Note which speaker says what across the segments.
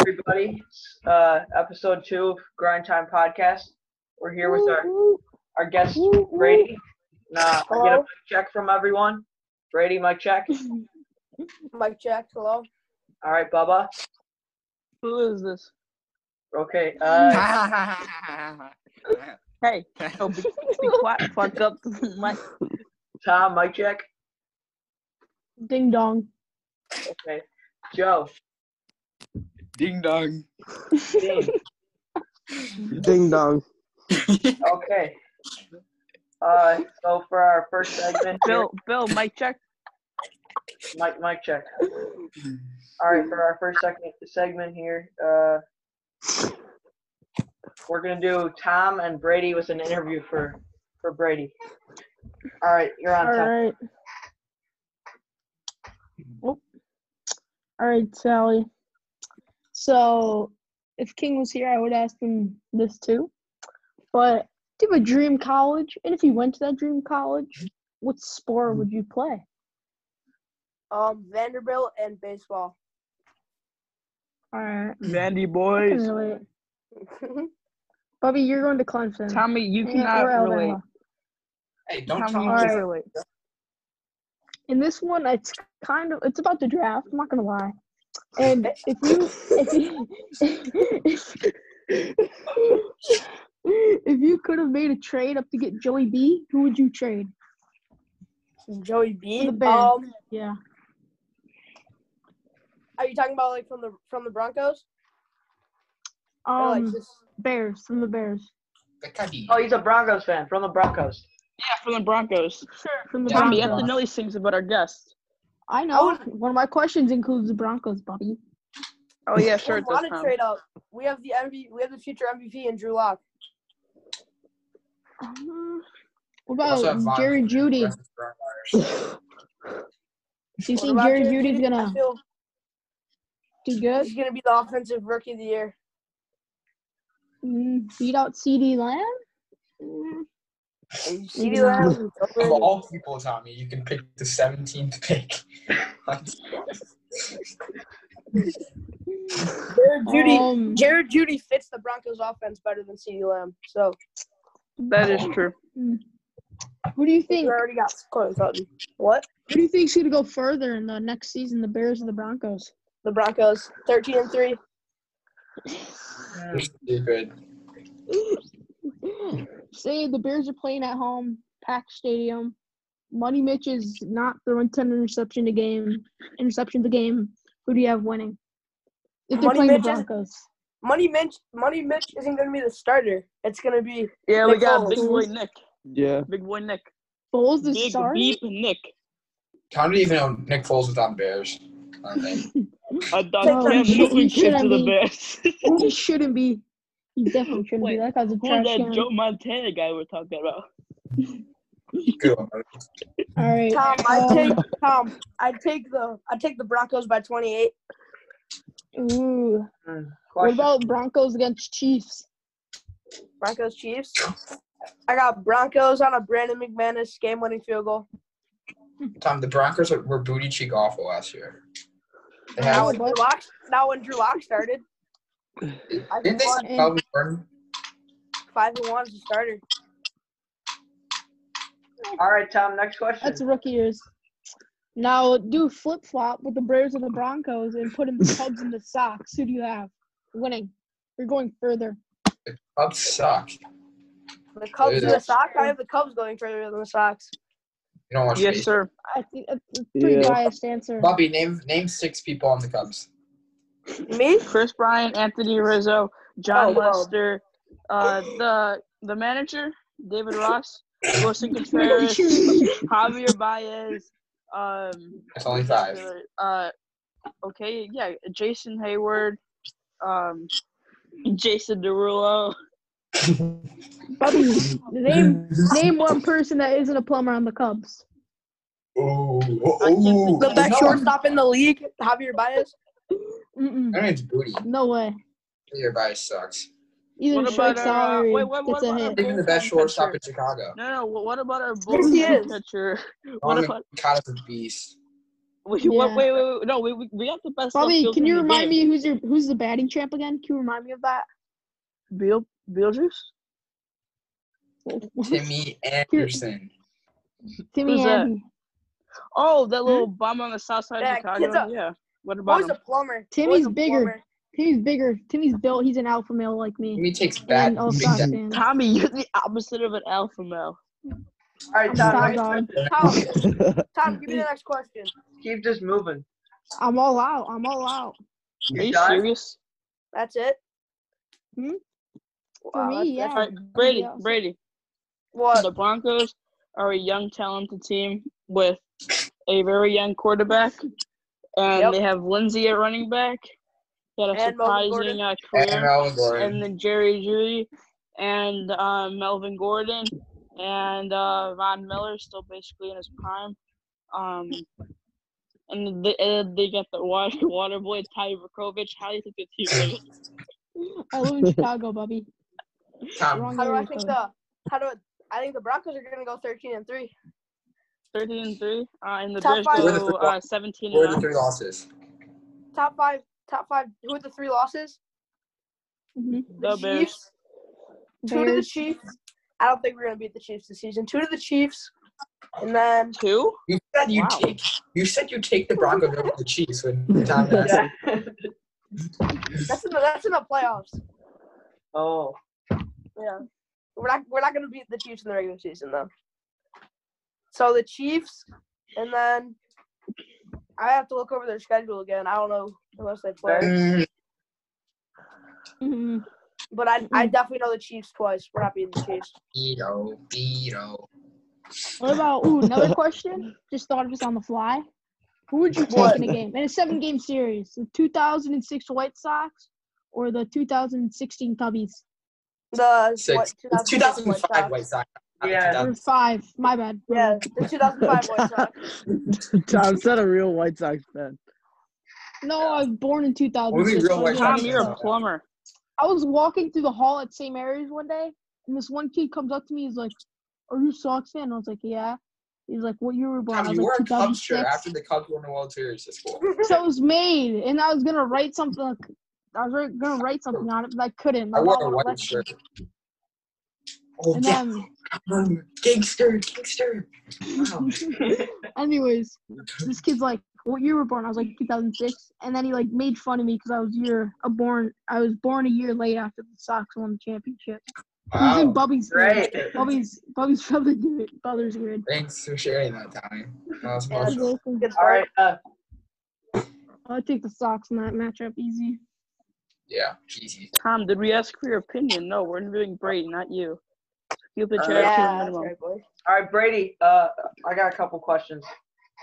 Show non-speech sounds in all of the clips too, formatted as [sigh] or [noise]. Speaker 1: everybody. It's, Uh, episode two of Grind Time Podcast. We're here with our, our guest, Brady. And, Uh, I get a
Speaker 2: Hello.
Speaker 1: mic check from everyone. Brady, mic
Speaker 2: [laughs]
Speaker 1: check.
Speaker 2: Mike Jack, hello.
Speaker 1: All right, Bubba.
Speaker 3: Who is this?
Speaker 1: Okay. Uh,
Speaker 3: [laughs] Hey, oh, be, be quiet, fuck up. [laughs] My,
Speaker 1: Tom, mic check.
Speaker 2: Ding dong.
Speaker 1: Okay. Joe.
Speaker 4: [laughs] Ding dong.
Speaker 1: Dean.
Speaker 5: Ding dong.
Speaker 1: Okay. Uh, so for our first segment, here,
Speaker 3: Bill, Bill, mic check.
Speaker 1: mic, mic check. All right, for our first second segment here, uh, we're gonna do Tom and Brady with an interview for for Brady. All right, you're on.
Speaker 6: All
Speaker 1: Tom.
Speaker 6: right. Oh. All right, Sally. So, if King was here, I would ask him this too. But do you have a dream college? And if you went to that dream college, what sport would you play?
Speaker 2: Mm-hmm. Um, Vanderbilt and baseball.
Speaker 6: All right.
Speaker 3: Vandy
Speaker 6: I can
Speaker 3: boys.
Speaker 6: relate. Bubby, you're going to Clemson.
Speaker 3: Tommy, you
Speaker 6: Yeah,
Speaker 3: cannot
Speaker 6: or Alabama.
Speaker 3: relate.
Speaker 4: Hey, don't
Speaker 3: Tommy,
Speaker 4: talk.
Speaker 3: you
Speaker 6: Alright.
Speaker 3: can't relate.
Speaker 6: In this one, it's kind of it's about the draft. I'm not gonna lie. And if you if you [laughs] if, you could have made a trade up to get Joey B, who would you trade?
Speaker 2: Joey B.
Speaker 6: The Bears.
Speaker 2: Um,
Speaker 6: Yeah.
Speaker 2: are you talking about like from the from the Broncos? Or, like,
Speaker 6: Um,
Speaker 2: Oh, just-
Speaker 6: Bears from the Bears.
Speaker 4: The cubby.
Speaker 1: Oh, he's a Broncos fan from the Broncos.
Speaker 3: Yeah, from the Broncos.
Speaker 6: Sure. From the
Speaker 3: Tommy, you have to
Speaker 6: Broncos.
Speaker 3: know these things about our guests.
Speaker 6: I
Speaker 2: I
Speaker 6: know. One of my questions includes the Broncos, Bobby.
Speaker 3: Oh yeah,
Speaker 2: we
Speaker 3: sure. It
Speaker 2: want
Speaker 3: does,
Speaker 2: to
Speaker 3: Tom.
Speaker 2: trade up. We have the MVP. We have the future MVP and Drew Lock.
Speaker 6: Um, what about Jerry Judy? Do you think Jerry Judy's gonna
Speaker 2: I feel
Speaker 6: do good?
Speaker 2: he's gonna be the offensive rookie of the year.
Speaker 6: Mm, beat out C.D. Lamb? Mm,
Speaker 2: CeeDee
Speaker 6: Yeah.
Speaker 2: Lamb and
Speaker 4: Of
Speaker 2: Dylan.
Speaker 4: all people, Tommy, you can pick the 17th pick.
Speaker 2: Jared Judy.
Speaker 6: um,
Speaker 2: Jared Judy fits the Broncos offense better than CeeDee Lamb. So
Speaker 3: That is true.
Speaker 6: who do you
Speaker 2: we
Speaker 6: think?
Speaker 2: already got Cortland Sutton. What?
Speaker 6: Who do you think's gonna go further in the next season? The Bears or the Broncos?
Speaker 2: The Broncos, thirteen and three.
Speaker 1: Hmm,
Speaker 4: Stupid.
Speaker 6: Say the Bears are playing at home, packed stadium. Money Mitch is not throwing ten interception a game. Interceptions a game. Who do you have winning? If they're
Speaker 2: Money
Speaker 6: playing the
Speaker 2: Mitch is-
Speaker 6: Broncos,
Speaker 2: Money Mitch. Money Mitch isn't gonna be the starter. It's gonna be
Speaker 3: Yeah, we
Speaker 2: Nick
Speaker 3: got
Speaker 2: Foles.
Speaker 3: big boy Nick.
Speaker 5: Yeah.
Speaker 3: Big boy Nick.
Speaker 6: Foles is
Speaker 3: Big
Speaker 6: starting.
Speaker 3: beep Nick.
Speaker 4: How did you even know Nick Foles was on Bears? I don't think.
Speaker 3: I
Speaker 2: Take
Speaker 3: thought
Speaker 2: the
Speaker 3: him
Speaker 2: shit
Speaker 3: moving
Speaker 6: and shit
Speaker 3: kids to
Speaker 6: on
Speaker 3: the [laughs]
Speaker 6: me.
Speaker 3: Bears.
Speaker 6: he shouldn't be. He definitely shouldn't
Speaker 3: Wait,
Speaker 6: be. That guy's a
Speaker 3: Who is
Speaker 6: trash
Speaker 3: that
Speaker 6: can.
Speaker 3: Joe Montana guy we're talking about?
Speaker 4: Good one.
Speaker 6: All right.
Speaker 2: Tom, I
Speaker 6: [laughs] um,
Speaker 2: take Tom. I take the I take the Broncos by 28.
Speaker 6: Ooh.
Speaker 1: hmm.
Speaker 6: What
Speaker 1: Question.
Speaker 6: about Broncos against Chiefs?
Speaker 2: Broncos Chiefs. I got Broncos on a Brandon McManus game-winning field goal.
Speaker 4: Tom, the Broncos were- were booty cheek awful last year. They had,
Speaker 2: Now
Speaker 6: Oh,
Speaker 2: when Drew
Speaker 6: but-
Speaker 2: Lock, now when Drew Lock started, I
Speaker 4: didn't they sign Calvin Gordon?
Speaker 2: five and one as a starter.
Speaker 1: All right, Tom. Next question.
Speaker 6: That's rookie years. Now do flip flop with the Bears and the Broncos and put in the Cubs and the Sox. Who do you have? Winning. You're going further.
Speaker 4: Cubs suck. You
Speaker 2: The Cubs and
Speaker 4: Yeah.
Speaker 2: the Sox. I have the Cubs going further than the Sox.
Speaker 4: don't watch
Speaker 3: Yes,
Speaker 4: baseball.
Speaker 3: sir.
Speaker 6: I think that's a pretty
Speaker 5: Yeah.
Speaker 6: biased answer.
Speaker 4: Bobby, name name six people on the Cubs.
Speaker 2: Me?
Speaker 3: Chris Bryan, Anthony Rizzo, John
Speaker 2: Oh, wow.
Speaker 3: Lester, uh, the the manager, David Ross,
Speaker 6: [laughs]
Speaker 3: Wilson Contreras,
Speaker 6: Wait,
Speaker 3: Javier Baez, um,
Speaker 4: That's only five.
Speaker 3: uh, okay, yeah, Jason Hayward, um, Jason Derulo.
Speaker 6: name name one person that isn't a plumber on the Cubs.
Speaker 4: Ooh,
Speaker 3: I can't
Speaker 4: ooh.
Speaker 3: think-
Speaker 2: The best
Speaker 4: no,
Speaker 2: shortstop in the league, Javier Baez.
Speaker 6: Mm-mm.
Speaker 4: That means booty.
Speaker 6: No way.
Speaker 4: Your bias sucks.
Speaker 6: Either
Speaker 3: What
Speaker 6: Shake
Speaker 3: about our, uh,
Speaker 6: Salary
Speaker 3: wait, what-
Speaker 6: gets
Speaker 3: what
Speaker 6: a
Speaker 3: about our
Speaker 6: hit.
Speaker 4: Even the best
Speaker 3: bullpen
Speaker 4: shortstop
Speaker 3: pitcher?
Speaker 4: in Chicago.
Speaker 3: No, no. wh- What about our
Speaker 2: Yes, he
Speaker 3: [laughs] bullpen
Speaker 2: is.
Speaker 3: catcher? What
Speaker 4: Donovan
Speaker 3: about
Speaker 4: Kata's a beast.
Speaker 3: Wait,
Speaker 6: Yeah.
Speaker 3: wait, wait, wait, No, we, we, we got the best. left
Speaker 6: Bobby,
Speaker 3: fielder
Speaker 6: can
Speaker 3: in
Speaker 6: you
Speaker 3: the game.
Speaker 6: remind me who's your who's the batting champ again? Can you remind me of that?
Speaker 3: Beal, Beetlejuice?
Speaker 4: Timmy Anderson.
Speaker 6: [laughs] Timmy
Speaker 3: Who's that?
Speaker 6: Andy.
Speaker 3: Oh, that little bum on the south side
Speaker 2: Yeah,
Speaker 3: of Chicago.
Speaker 2: Hmm? kid's a-
Speaker 3: yeah. What about
Speaker 2: Boy's
Speaker 3: him?
Speaker 2: a plumber.
Speaker 6: Timmy's
Speaker 2: Boy's a
Speaker 6: bigger.
Speaker 2: plumber.
Speaker 6: Timmy's bigger. Timmy's built. He's an alpha male like me.
Speaker 4: Timmy takes bat.
Speaker 6: And also
Speaker 4: big
Speaker 6: I'm
Speaker 4: bat-
Speaker 6: Sam.
Speaker 3: Tommy, [laughs] you're the opposite of an alpha male.
Speaker 1: All right,
Speaker 6: I'm
Speaker 1: Tom,
Speaker 6: top
Speaker 1: let me
Speaker 6: dog.
Speaker 4: [laughs]
Speaker 2: Tom, Tom, give me the next question.
Speaker 1: keep this
Speaker 6: [laughs]
Speaker 1: moving.
Speaker 6: I'm all out. I'm all out.
Speaker 3: Are
Speaker 1: You
Speaker 3: you
Speaker 1: done?
Speaker 3: serious?
Speaker 2: That's it.
Speaker 6: Hmm?
Speaker 2: Wow,
Speaker 6: me,
Speaker 2: that's-
Speaker 6: yeah.
Speaker 2: that's-
Speaker 3: All right, Brady,
Speaker 6: else.
Speaker 3: Brady.
Speaker 2: What?
Speaker 3: The Broncos are a young, talented team with a very young quarterback, and
Speaker 2: Yep.
Speaker 3: they have Lindsey at running back. Got a
Speaker 2: And Melvin Gordon.
Speaker 3: surprising uh,
Speaker 4: And
Speaker 3: career.
Speaker 4: Melvin Gordon.
Speaker 3: and then Jerry Judy and uh, Melvin Gordon and uh, Von Miller still basically in his prime. Um, and they, uh, they got the water, [laughs] water boy Ty Vukovich. How do you think the team is?
Speaker 6: [laughs] I live in Chicago, Bobby.
Speaker 4: Tom,
Speaker 6: Wrong
Speaker 2: How do I
Speaker 6: area
Speaker 2: think
Speaker 6: code.
Speaker 2: the? How do I think the Broncos are gonna go 13 and three?
Speaker 3: 13 and 3. Uh, and the
Speaker 2: Top
Speaker 3: Bears
Speaker 2: five.
Speaker 3: go uh, 17
Speaker 4: where are the
Speaker 3: and 9.
Speaker 4: three losses?
Speaker 2: Top five. Top five. Who are the three losses?
Speaker 6: Mhm.
Speaker 3: The Bears.
Speaker 2: Two to the
Speaker 6: Bears.
Speaker 2: Chiefs. I don't think we're gonna beat the Chiefs this season. Two to the Chiefs, and then
Speaker 3: Two?
Speaker 4: You said you
Speaker 3: Wow.
Speaker 4: take you said you take the Broncos over the Chiefs when Tom asked.
Speaker 1: Yeah.
Speaker 2: that's in the that's in the playoffs.
Speaker 1: oh,
Speaker 2: Yeah, we're not we're not gonna beat the Chiefs in the regular season though. So the Chiefs, and then I have to look over their schedule again. I don't know unless they play,
Speaker 4: Mm,
Speaker 6: Mhm.
Speaker 2: but I I definitely know the Chiefs twice. We're not beating the Chiefs.
Speaker 4: Beto, Beto.
Speaker 6: What about ooh, another question? Just thought of this on the fly. Who would you take in a game in a seven-game series? The 2006 White Sox or the 2016 Cubbies?
Speaker 2: The
Speaker 4: Six.
Speaker 2: what,
Speaker 4: It's 2005 White Sox. not
Speaker 1: Yeah.
Speaker 6: [laughs]
Speaker 4: 2000.
Speaker 6: Or five? My bad.
Speaker 2: Yeah, the 2005 White Sox.
Speaker 4: [laughs]
Speaker 5: Tom's not a real White Sox fan.
Speaker 6: No, I was born in 2006.
Speaker 4: Only real
Speaker 6: so I
Speaker 4: White
Speaker 6: was
Speaker 4: Sox
Speaker 3: Tom,
Speaker 6: like,
Speaker 3: you're
Speaker 4: fans.
Speaker 3: a plumber.
Speaker 6: I was walking through the hall at St. Mary's one day, and this one kid comes up to me. He's like, "Are you a Sox fan?" And I was like, "Yeah." He's like, "What year were you born?"
Speaker 4: Tom,
Speaker 6: I was
Speaker 4: you wore
Speaker 6: like,
Speaker 4: a Cubs shirt
Speaker 6: 2006.
Speaker 4: after the Cubs won the World Series this fall.
Speaker 6: So it was made, and I was gonna write something. Like, I was wri- gonna write something on it, but I couldn't. My
Speaker 4: I wore
Speaker 6: mom
Speaker 4: a
Speaker 6: wouldn't
Speaker 4: white
Speaker 6: let me.
Speaker 4: shirt. Oh,
Speaker 6: And
Speaker 4: yeah.
Speaker 6: then,
Speaker 4: um, Gangster, gangster. Wow.
Speaker 6: anyways, this kid's like, "What year were you born?" I was like, "2006." And then he like made fun of me because I was year a born. I was born a year late after the Sox won the championship. It was in
Speaker 4: Wow.
Speaker 6: Bubby's grade.
Speaker 1: great.
Speaker 6: Bubby's Bubby's [laughs] brother's grade. Brother's grade.
Speaker 4: Thanks for sharing that, Tommy. That was
Speaker 2: Yeah.
Speaker 4: emotional.
Speaker 2: Good
Speaker 1: All
Speaker 2: start.
Speaker 1: right. Uh,
Speaker 6: I'll take the Sox in that matchup easy.
Speaker 4: Yeah, easy.
Speaker 3: Tom, did we ask for your opinion? No, we're interviewing Brady, not you. Keep the
Speaker 1: Uh,
Speaker 3: charity
Speaker 2: Yeah, that's
Speaker 3: minimum.
Speaker 2: right, boy.
Speaker 1: all right, Brady. Uh, I got a couple questions.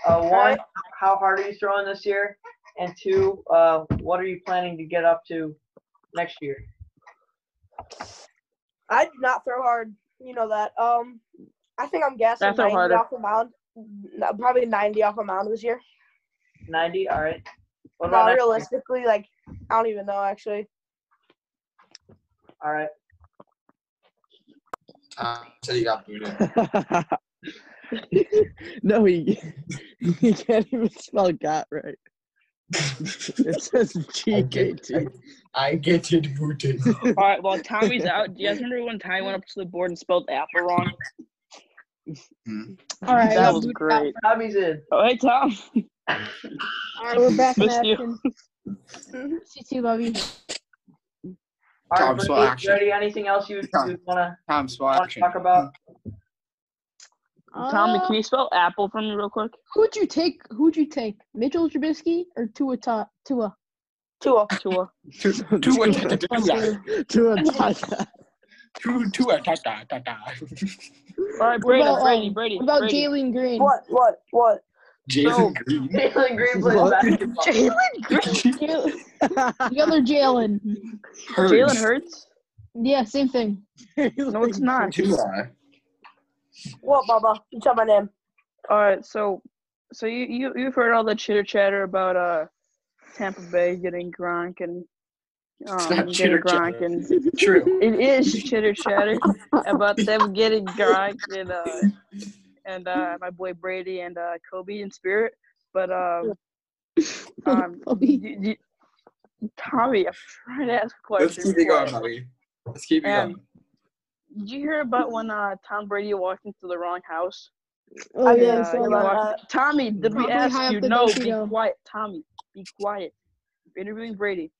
Speaker 1: Uh, one,
Speaker 2: right.
Speaker 1: how hard are you throwing this year? And two, uh, what are you planning to get up to next year?
Speaker 2: I do not throw hard. You know that. Um, I think I'm guessing
Speaker 3: I throw
Speaker 2: 90
Speaker 3: harder.
Speaker 2: off the mound. No, probably 90 off a mound this year.
Speaker 1: Ninety. All right. What
Speaker 2: No,
Speaker 1: about next year?
Speaker 2: realistically, like I don't even know actually.
Speaker 1: All right.
Speaker 4: Tom said you got booted.
Speaker 5: [laughs] [laughs] no, he he can't even spell got right. It says
Speaker 4: I get,
Speaker 5: GKT.
Speaker 4: [laughs] I, I get it booted.
Speaker 3: All right, while Tommy's out, do you guys remember when Tommy went up to the board and spelled apple wrong?
Speaker 6: All right, I
Speaker 3: That
Speaker 6: got
Speaker 3: was
Speaker 6: booted out.
Speaker 3: great.
Speaker 1: Tommy's in.
Speaker 3: Oh, hey, Tom.
Speaker 6: All right, we're back in
Speaker 3: Missed you.
Speaker 6: action. CT, love you.
Speaker 1: All right,
Speaker 4: Tom,
Speaker 1: Brady,
Speaker 4: slow action.
Speaker 1: Brady, anything else you,
Speaker 4: Tom.
Speaker 1: you wanna
Speaker 4: [laughs] Tom, swat
Speaker 1: wanna
Speaker 4: action.
Speaker 1: talk about?
Speaker 4: [laughs]
Speaker 3: Tommy,
Speaker 6: Uh,
Speaker 3: can you spell apple for me real quick?
Speaker 6: who'd you take? Who'd you take? Mitchell Trubisky or Tua? Ta-
Speaker 3: [laughs]
Speaker 6: Tua.
Speaker 2: Tua.
Speaker 3: Tua.
Speaker 4: Two, two, one, ta- ta- ta- ta-
Speaker 5: Two and [laughs] Tata.
Speaker 4: two, two, uh, ta- ta- ta- [laughs] ta.
Speaker 3: All right,
Speaker 6: What
Speaker 3: Brady,
Speaker 6: about,
Speaker 3: Brady,
Speaker 6: um,
Speaker 3: Brady,
Speaker 6: what about
Speaker 3: Brady.
Speaker 6: Jalen Green?
Speaker 2: What? What? What?
Speaker 4: Jason Green.
Speaker 1: Jalen Green plays
Speaker 5: What?
Speaker 1: basketball.
Speaker 3: Jalen Green. Jalen-
Speaker 6: The other Jalen.
Speaker 3: [laughs] Jalen
Speaker 4: Hurts.
Speaker 3: Hurts.
Speaker 6: Yeah, same thing.
Speaker 3: No, it's not.
Speaker 4: Two, uh,
Speaker 2: What, Bubba? You said my name.
Speaker 3: All right, so, so you you you've heard all the chitter chatter about uh Tampa Bay getting Gronk and
Speaker 4: not
Speaker 3: um getting
Speaker 4: chitter
Speaker 3: Gronk
Speaker 4: chatter.
Speaker 3: and [laughs]
Speaker 4: True.
Speaker 3: it is chitter chatter about them getting Gronk and uh and uh my boy Brady and uh Kobe in spirit. But um, um,
Speaker 6: Bobby.
Speaker 3: y- y- Tommy, I'm trying to ask a
Speaker 4: Let's
Speaker 3: question.
Speaker 4: keep it going,
Speaker 3: before I-
Speaker 4: Molly. Let's keep it going.
Speaker 3: Um, Did you hear about when uh, Tom Brady walked into the wrong house?
Speaker 6: Oh
Speaker 2: I did,
Speaker 6: yeah,
Speaker 3: uh,
Speaker 6: I saw
Speaker 3: you
Speaker 6: that.
Speaker 3: walked- Tommy, did we
Speaker 6: Probably high
Speaker 3: ask
Speaker 6: up
Speaker 3: you?
Speaker 6: the
Speaker 3: No, be
Speaker 6: Gazebo.
Speaker 3: quiet, Tommy. Be quiet. You're interviewing Brady.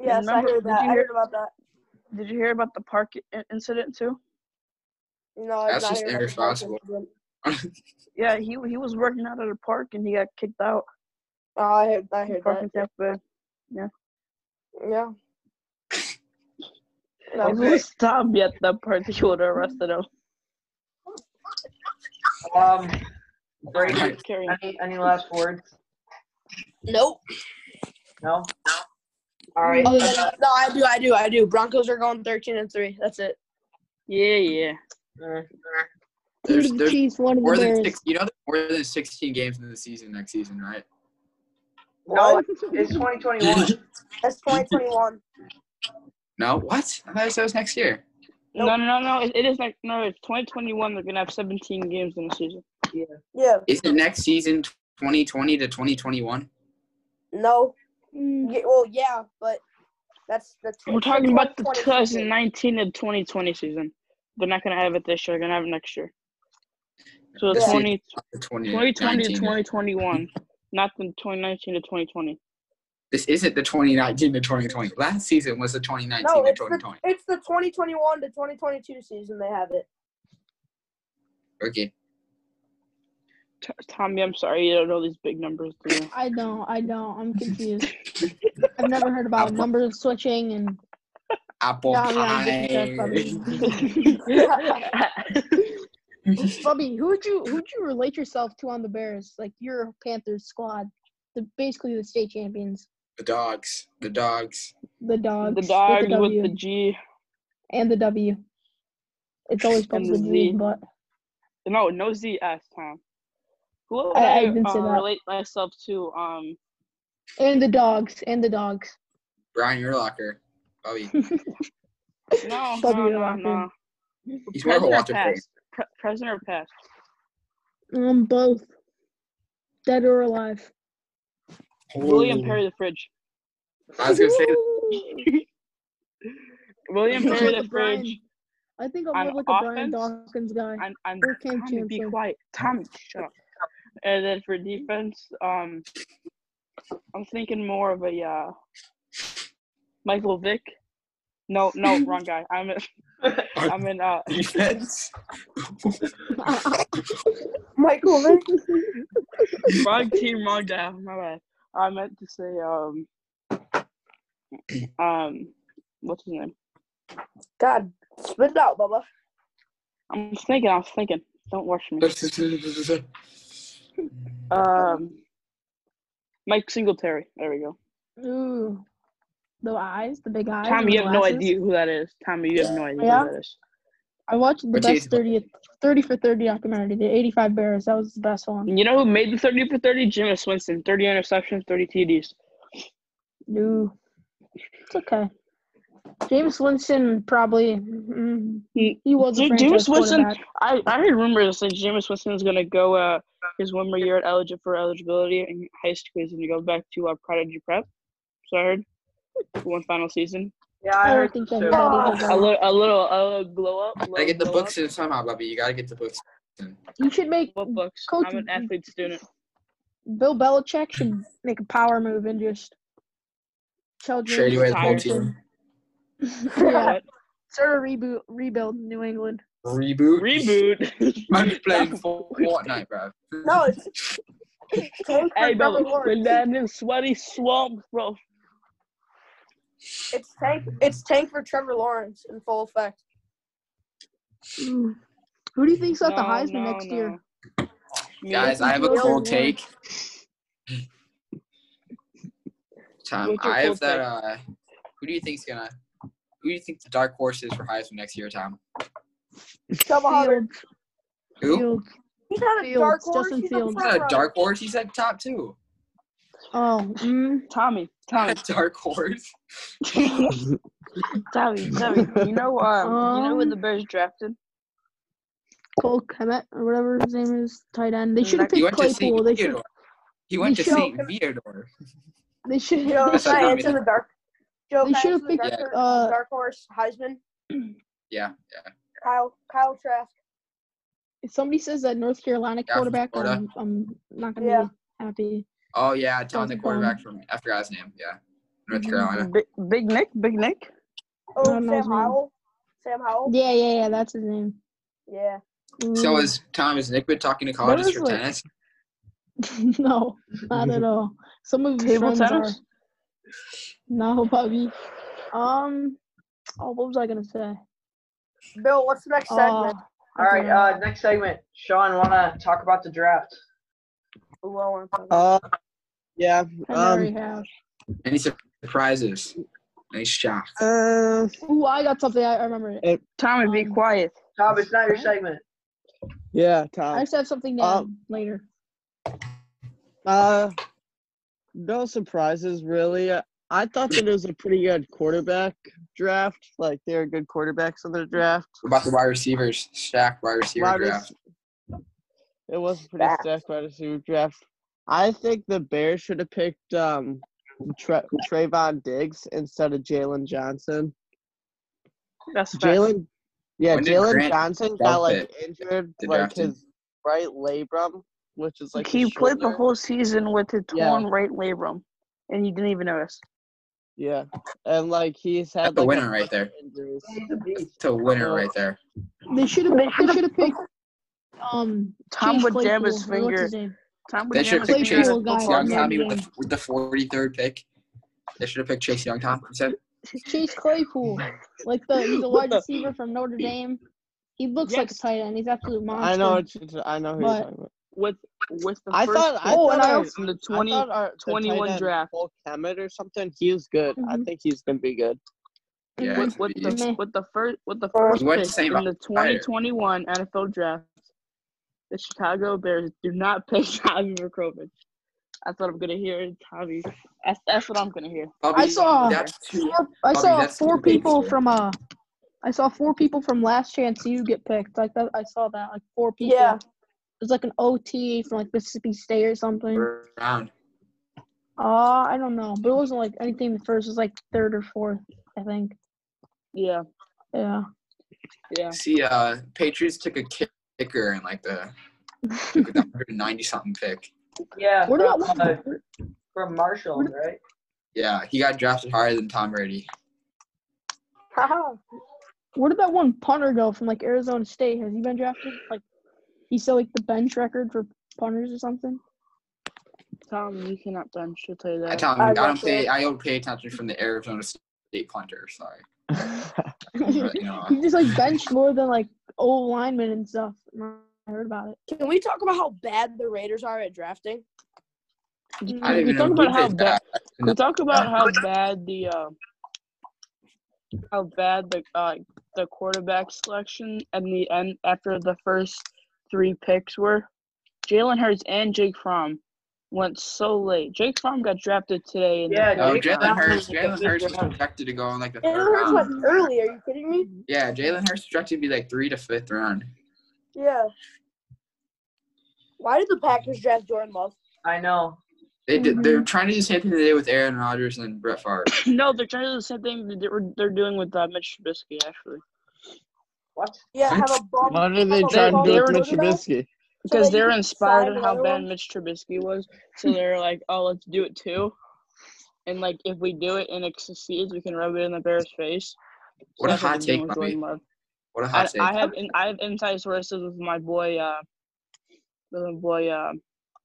Speaker 2: Yes,
Speaker 3: remember-
Speaker 2: I heard
Speaker 3: did
Speaker 2: that.
Speaker 3: you
Speaker 2: I
Speaker 3: hear-
Speaker 2: heard about that.
Speaker 3: Did you hear about the park in- incident too?
Speaker 2: You know, I did
Speaker 4: That's
Speaker 2: not
Speaker 4: just
Speaker 2: hear about the
Speaker 4: irresponsible.
Speaker 2: Falcons.
Speaker 3: Yeah, he he was working out at a park and he got kicked out.
Speaker 2: Oh, I heard, I heard
Speaker 3: Park in
Speaker 2: that.
Speaker 3: Tampa Bay.
Speaker 2: Yeah.
Speaker 3: It
Speaker 2: No.
Speaker 3: was Tom yet that particular arrested
Speaker 4: [laughs]
Speaker 3: him.
Speaker 1: Um, Brady,
Speaker 3: Alright, carry on.
Speaker 1: any, any last words?
Speaker 2: Nope.
Speaker 1: No? All right.
Speaker 6: Other than-
Speaker 2: Oh, No, I do, I do, I do. Broncos are going 13 and 3. That's it.
Speaker 3: Yeah, yeah.
Speaker 1: Uh,
Speaker 6: two
Speaker 4: There's-
Speaker 6: to the
Speaker 4: there's
Speaker 6: Chiefs, one to the
Speaker 4: [laughs] More than
Speaker 6: Bears.
Speaker 4: six, you know, there's more than 16 games in the season next season, right?
Speaker 1: No, it's
Speaker 4: [laughs]
Speaker 1: 2021.
Speaker 2: That's 2021.
Speaker 4: No, what? I thought you said it was next year.
Speaker 3: No, no, no, no. It, it is like no. It's 2021. They're gonna have 17 games in the season.
Speaker 2: Yeah.
Speaker 4: Isn't next season 2020 to 2021?
Speaker 2: No.
Speaker 6: Mm,
Speaker 2: Yeah, well, yeah, but that's that's.
Speaker 3: We're talking about the
Speaker 2: 2020 season.
Speaker 3: 2019 and 2020 season. They're not gonna have it this year. They're gonna have it next year. So the
Speaker 2: Yeah.
Speaker 3: 20,
Speaker 4: The
Speaker 3: 2020 to
Speaker 4: 2019.
Speaker 3: 2021, not the 2019 to 2020.
Speaker 4: This isn't the 2019 to 2020. Last season was the 2019
Speaker 2: No,
Speaker 4: to
Speaker 2: it's the,
Speaker 4: 2020.
Speaker 2: it's the 2021 to 2022 season they have it.
Speaker 4: Okay.
Speaker 3: T- Tommy, I'm sorry you don't know these big numbers. Do
Speaker 6: [laughs]
Speaker 3: you?
Speaker 6: I don't. I don't.
Speaker 4: [laughs]
Speaker 6: I'm confused. I've never heard about
Speaker 4: Apple.
Speaker 6: number switching and
Speaker 4: Apple
Speaker 6: Yeah, I'm getting that from
Speaker 4: pie.
Speaker 6: Bubby. Who'd you who'd you relate yourself to on the Bears? Like your Panthers squad, the basically the state champions,
Speaker 4: the dogs. The dogs.
Speaker 6: the dogs,
Speaker 3: the
Speaker 6: with
Speaker 3: dogs
Speaker 6: the
Speaker 3: with
Speaker 6: W
Speaker 3: the G.
Speaker 6: and the W. It's always
Speaker 3: And
Speaker 6: comes
Speaker 3: the
Speaker 6: with Z,
Speaker 3: Z.
Speaker 6: but
Speaker 3: No, no Z S Tom. Who would
Speaker 6: I- I
Speaker 3: I,
Speaker 6: didn't say
Speaker 3: uh,
Speaker 6: that.
Speaker 3: relate myself to? Um,
Speaker 6: and the dogs and the dogs.
Speaker 4: Brian Urlacher. Oh,
Speaker 2: [laughs]
Speaker 4: he-
Speaker 6: [laughs]
Speaker 3: no,
Speaker 6: Bobby
Speaker 3: no, no,
Speaker 6: Rocker.
Speaker 3: no.
Speaker 4: he's more of
Speaker 3: President
Speaker 4: a
Speaker 3: or
Speaker 4: Walter Payton.
Speaker 3: past? Pre- present or past?
Speaker 6: Um, both dead or alive.
Speaker 3: William
Speaker 4: Ooh.
Speaker 3: Perry the Fridge.
Speaker 4: I was gonna
Speaker 2: [laughs]
Speaker 4: say that.
Speaker 6: [laughs]
Speaker 3: William
Speaker 6: I'm
Speaker 3: Perry the
Speaker 6: like a Brian-
Speaker 3: Fridge.
Speaker 6: [laughs] I think I'm
Speaker 3: On
Speaker 6: more like a Brian
Speaker 3: offense?
Speaker 6: Dawkins guy.
Speaker 3: And, and
Speaker 6: Or Cam
Speaker 3: Tommy, be
Speaker 6: Chancellor.
Speaker 3: quiet. Tommy, shut up. And then for defense, um, I'm thinking more of a uh, Michael Vick. No, no, wrong guy. I'm in, I'm in uh,
Speaker 4: [laughs] defense.
Speaker 2: Michael Vick. [laughs]
Speaker 3: wrong team, wrong guy. My bad. I meant to say um, um, what's his name?
Speaker 2: God, spit it out, Bubba.
Speaker 3: I'm thinking. I was thinking. Don't rush me. Um, Mike Singletary. There we go.
Speaker 6: Ooh, the eyes, the big eyes. and
Speaker 3: Tommy, you
Speaker 6: the
Speaker 3: have no
Speaker 6: glasses.
Speaker 3: idea who that is. Tommy, you have no idea
Speaker 6: Yeah.
Speaker 3: who that is.
Speaker 6: I watched the
Speaker 4: What team?
Speaker 6: best 30, 30 for 30 documentary, the 85 Bears. That was the best one.
Speaker 3: You know who made the 30 for 30? Jameis Winston. 30 interceptions, 30 TDs.
Speaker 6: Ooh, it's okay. James Winston probably, mm,
Speaker 3: He-
Speaker 6: he was a
Speaker 3: Dude,
Speaker 6: franchise
Speaker 3: Jameis Winston-
Speaker 6: quarterback.
Speaker 3: I, I heard rumors that Jameis Winston is going to go uh, his one more year at eligible for eligibility in high school. He's going to go back to uh, Prodigy Prep. So I heard for one final season.
Speaker 1: yeah, I
Speaker 6: I
Speaker 1: heard
Speaker 6: don't think
Speaker 1: so too.
Speaker 6: that he had
Speaker 2: Oh,
Speaker 6: either
Speaker 3: A
Speaker 6: one.
Speaker 3: little, a little, a little glow up.
Speaker 4: I
Speaker 3: little
Speaker 4: get the
Speaker 3: glow
Speaker 4: books
Speaker 3: Up.
Speaker 4: in somehow, Bubby. You gotta get the books in.
Speaker 6: He should make
Speaker 3: What books?
Speaker 6: Coach
Speaker 3: I'm an athlete student.
Speaker 6: Bill Belichick should make a power move and just tell
Speaker 4: Trade
Speaker 6: James
Speaker 4: away the whole
Speaker 3: Retire.
Speaker 4: team.
Speaker 6: [laughs] yeah,
Speaker 3: What?
Speaker 6: sort of reboot, rebuild New England.
Speaker 4: Reboot.
Speaker 6: [laughs]
Speaker 3: Reboot.
Speaker 4: [laughs] Might be
Speaker 2: [laughs]
Speaker 4: playing for Fortnite, bro.
Speaker 2: No, it's. Tank for
Speaker 3: Hey, bro, we're
Speaker 2: Trevor Lawrence.
Speaker 3: down in sweaty swamp, bro.
Speaker 2: It's tank. It's tank for Trevor Lawrence in full effect.
Speaker 6: Ooh. Who do you think's got the
Speaker 3: No,
Speaker 6: Heisman
Speaker 3: no,
Speaker 6: next year?
Speaker 3: no. Me?
Speaker 4: Guys, I have a
Speaker 6: What's your
Speaker 4: cold
Speaker 6: one?
Speaker 4: take. Tom,
Speaker 3: What's your
Speaker 4: I have
Speaker 3: cold
Speaker 4: that. Uh, who do you think's gonna? Who do you think the dark horse is for Heisman next year, Tom?
Speaker 2: Bubba Hubbard.
Speaker 6: Fields,
Speaker 4: Who?
Speaker 6: Fields.
Speaker 2: He's not a
Speaker 6: Fields,
Speaker 2: dark horse.
Speaker 6: Justin
Speaker 2: He's
Speaker 6: Fields.
Speaker 2: a
Speaker 4: Not
Speaker 2: front
Speaker 4: a dark horse. He's like top two.
Speaker 6: Oh, mm,
Speaker 3: Tommy,
Speaker 4: Not
Speaker 3: Tommy,
Speaker 4: a dark horse.
Speaker 3: Tommy, Tommy. You [laughs] know, um, you know when the
Speaker 6: Um,
Speaker 3: Bears drafted?
Speaker 6: Cole Kemet or whatever his name is, tight end. They
Speaker 3: Is
Speaker 6: should have
Speaker 3: Mm, that-
Speaker 4: You
Speaker 6: picked
Speaker 4: went to see
Speaker 6: Claypool. They should.
Speaker 4: Theodore. He went
Speaker 6: You
Speaker 4: to
Speaker 6: show-
Speaker 4: St. Viador.
Speaker 6: They should. [laughs]
Speaker 2: Joe,
Speaker 6: they
Speaker 4: That's
Speaker 2: can I
Speaker 4: not
Speaker 2: answer
Speaker 4: me.
Speaker 2: the dark?
Speaker 6: They
Speaker 2: Joe, can I
Speaker 6: should've
Speaker 2: answer the dark,
Speaker 6: picked,
Speaker 2: horse-
Speaker 6: uh,
Speaker 2: dark horse Heisman?
Speaker 4: Yeah, yeah.
Speaker 2: Kyle, Kyle Trask.
Speaker 6: If somebody says that North Carolina
Speaker 4: from
Speaker 6: quarterback,
Speaker 4: Florida.
Speaker 6: I'm, I'm not gonna
Speaker 2: Yeah.
Speaker 6: be happy.
Speaker 4: Oh yeah, down the
Speaker 6: Sounds fun.
Speaker 4: quarterback from I forgot his name. Yeah, North
Speaker 6: Mm-hmm.
Speaker 4: Carolina.
Speaker 3: Big, Big Nick, Big Nick.
Speaker 2: Oh,
Speaker 6: don't know his
Speaker 2: Sam
Speaker 6: name.
Speaker 2: Howell. Sam Howell.
Speaker 6: Yeah, yeah, yeah. That's his name.
Speaker 2: Yeah.
Speaker 4: So
Speaker 6: Mm.
Speaker 4: is Tom is Nick been talking to colleges
Speaker 6: was
Speaker 4: for
Speaker 6: like-
Speaker 4: tennis?
Speaker 6: [laughs] no, not at all. Some of his
Speaker 3: Table
Speaker 6: friends
Speaker 3: tennis.
Speaker 6: are. No, puppy. Um. Oh, what was I gonna say?
Speaker 2: Bill, what's the next segment?
Speaker 6: Uh,
Speaker 1: All right, uh, next segment. Sean, wanna talk about the draft?
Speaker 2: Ooh, I wanna talk about-
Speaker 5: Uh, yeah.
Speaker 6: I
Speaker 5: Um,
Speaker 6: already have.
Speaker 4: Any sur- surprises? Any shock?
Speaker 5: uh,
Speaker 6: Ooh, I got something. I I remember it.
Speaker 3: Tommy, be
Speaker 6: Um,
Speaker 3: quiet.
Speaker 1: Tom, it's not your segment.
Speaker 5: yeah,
Speaker 6: I
Speaker 5: Tom.
Speaker 6: just have something
Speaker 5: uh,
Speaker 6: down later.
Speaker 5: Uh, no surprises really. I thought that it was a pretty good quarterback draft. Like there are good quarterbacks in the draft.
Speaker 4: What about the wide receivers? Stack wide receiver
Speaker 5: Wide
Speaker 4: draft.
Speaker 5: rec- It was a pretty stacked wide receiver draft. I think the Bears should have picked um, Tra- Trayvon Diggs instead of Jalen Johnson.
Speaker 3: That's fair.
Speaker 5: Jalen, yeah,
Speaker 4: When did
Speaker 5: Jalen
Speaker 4: Grant
Speaker 5: Johnson
Speaker 4: Delpit
Speaker 5: got like injured,
Speaker 4: get
Speaker 5: like
Speaker 4: drafted?
Speaker 5: his right labrum, which is like
Speaker 3: he
Speaker 5: his
Speaker 3: played the
Speaker 5: shoulder.
Speaker 3: whole season with a
Speaker 5: Yeah.
Speaker 3: torn right labrum, and you didn't even notice.
Speaker 5: Yeah, and like he's had
Speaker 4: That's a
Speaker 5: like
Speaker 4: winner right
Speaker 5: bunch
Speaker 4: there.
Speaker 5: of injuries.
Speaker 1: He's a beast.
Speaker 4: That's a winner
Speaker 5: Uh,
Speaker 4: right there.
Speaker 6: They should have.
Speaker 3: They
Speaker 6: They
Speaker 3: should've-
Speaker 6: should have picked. Um.
Speaker 3: Tom
Speaker 6: Chase
Speaker 3: would jam his
Speaker 6: Claypool, or what's
Speaker 3: finger.
Speaker 6: his name?
Speaker 3: Tom would
Speaker 4: They
Speaker 3: jam
Speaker 4: should have
Speaker 3: his
Speaker 4: picked
Speaker 6: Played
Speaker 3: finger
Speaker 4: Chase
Speaker 3: at the
Speaker 6: Playpool guy
Speaker 4: Chase
Speaker 6: in
Speaker 3: football
Speaker 4: Young
Speaker 6: every
Speaker 3: game.
Speaker 4: Tommy with
Speaker 6: game.
Speaker 4: the, with the 43rd pick. They should have picked Chase Young Tom. You said?
Speaker 6: Chase Claypool, like the he's a
Speaker 5: What
Speaker 6: wide
Speaker 5: the-
Speaker 6: receiver from Notre Dame. He looks like a
Speaker 3: Yes.
Speaker 6: tight end. He's absolute monster.
Speaker 5: I know. What you, I know who you're
Speaker 6: But-
Speaker 5: talking about.
Speaker 3: With with the
Speaker 5: I
Speaker 3: first
Speaker 5: thought. I
Speaker 3: pick
Speaker 6: Oh,
Speaker 5: thought.
Speaker 6: and I
Speaker 5: our-
Speaker 6: also-
Speaker 3: in the
Speaker 5: I
Speaker 3: 20,
Speaker 5: thought our, the
Speaker 3: 21
Speaker 5: tight end,
Speaker 3: draft. Mm-hmm.
Speaker 5: Cole Kemet or something. He was good. I
Speaker 6: Mhm.
Speaker 5: think he's gonna be good.
Speaker 4: Yeah,
Speaker 6: Mhm.
Speaker 4: it's
Speaker 3: with,
Speaker 4: gonna
Speaker 3: with
Speaker 4: be-
Speaker 3: the
Speaker 6: Meh.
Speaker 3: with the first with the first
Speaker 4: He went to
Speaker 3: pick
Speaker 4: Saint
Speaker 3: in the
Speaker 4: Fire.
Speaker 3: 2021 NFL draft, the Chicago Bears do not [laughs] pick Tommy Verkrovic. That's what I'm gonna hear, Tommy. That's, that's what I'm gonna hear.
Speaker 4: Bobby,
Speaker 6: I saw-
Speaker 4: That's two.
Speaker 6: Four- I
Speaker 4: Bobby,
Speaker 6: saw
Speaker 4: that's
Speaker 6: four
Speaker 4: too big
Speaker 6: people
Speaker 4: for-
Speaker 6: from uh, I saw four people from Last Chance U get picked. Like that, I saw that. Like four people.
Speaker 2: Yeah.
Speaker 6: It was like an OT from like Mississippi State or something.
Speaker 4: first round.
Speaker 6: Uh, I don't know, but it wasn't like anything the first. It was like third or fourth, I think.
Speaker 3: Yeah,
Speaker 6: Yeah.
Speaker 3: yeah.
Speaker 4: See, uh, Patriots took a ki- kicker in like the took the 190 something pick.
Speaker 1: Yeah,
Speaker 6: What
Speaker 1: from,
Speaker 6: about
Speaker 1: uh, from Marshall, right?
Speaker 4: Yeah, he got drafted higher than Tom Brady.
Speaker 2: Haha.
Speaker 6: where did that one punter go from like Arizona State? Has he been drafted? Like he set like the bench record for punters or
Speaker 5: [laughs]
Speaker 6: something.
Speaker 3: Tom, you cannot bench. I'll tell you
Speaker 4: I
Speaker 3: that.
Speaker 4: tell him,
Speaker 2: I
Speaker 4: I,
Speaker 2: got
Speaker 4: don't pay.
Speaker 2: that.
Speaker 4: I don't pay attention from the Arizona State punter.
Speaker 3: [laughs]
Speaker 4: Sorry, but,
Speaker 6: he
Speaker 4: you know,
Speaker 6: just like benched more than like old linemen and stuff. I heard about it.
Speaker 2: Can we talk about how bad the Raiders are at drafting?
Speaker 4: I
Speaker 6: Mm,
Speaker 4: didn't
Speaker 3: we
Speaker 4: even know
Speaker 3: talk
Speaker 4: who
Speaker 3: about how
Speaker 4: did
Speaker 3: bad-
Speaker 4: that.
Speaker 3: We talk about how bad the uh, how bad the uh, the quarterback selection and the end after the first three picks were. Jalen Hurts and Jake Fromm went so late. Jake Fromm got drafted today. In
Speaker 1: Yeah,
Speaker 3: the
Speaker 4: Oh,
Speaker 3: fourth
Speaker 1: Jake
Speaker 4: Jalen
Speaker 3: round.
Speaker 4: Hurts.
Speaker 1: Yeah.
Speaker 4: Jalen Hurts was projected to go in like the
Speaker 2: Jalen
Speaker 4: third
Speaker 2: Hurts
Speaker 4: round.
Speaker 2: went early. Are you kidding me?
Speaker 4: Yeah, Jalen Hurts projected to be like three to fifth round.
Speaker 2: Yeah. Why did the Packers draft Jordan Love?
Speaker 1: I know.
Speaker 4: They did, they're
Speaker 3: Mm-hmm.
Speaker 4: trying to do the same thing they did with Aaron Rodgers and Brett Favre.
Speaker 3: [laughs] No, they're trying to do the same thing that they're, they're doing with uh, Mitch Trubisky. Actually,
Speaker 1: What?
Speaker 2: Yeah, have a bum.
Speaker 5: What are they
Speaker 2: have a
Speaker 5: trying to
Speaker 3: They-
Speaker 2: bum
Speaker 5: do
Speaker 3: they
Speaker 5: with
Speaker 3: were-
Speaker 5: Mitch
Speaker 2: quarterback
Speaker 5: Trubisky?
Speaker 2: so
Speaker 3: because
Speaker 2: that you
Speaker 3: they're
Speaker 2: can
Speaker 3: inspired
Speaker 2: sign
Speaker 3: at how
Speaker 2: another
Speaker 3: bad
Speaker 2: one?
Speaker 3: Mitch Trubisky was, so they're like, "Oh, let's do it too." And like, if we do it and it succeeds, we can rub it in the Bears' face. So
Speaker 4: What a
Speaker 3: that's
Speaker 4: hot
Speaker 3: they're doing
Speaker 4: take,
Speaker 3: with
Speaker 4: Bobby.
Speaker 3: Jordan Love.
Speaker 4: What a hot
Speaker 3: I,
Speaker 4: take.
Speaker 3: I have in, I have inside sources with my boy uh with my boy uh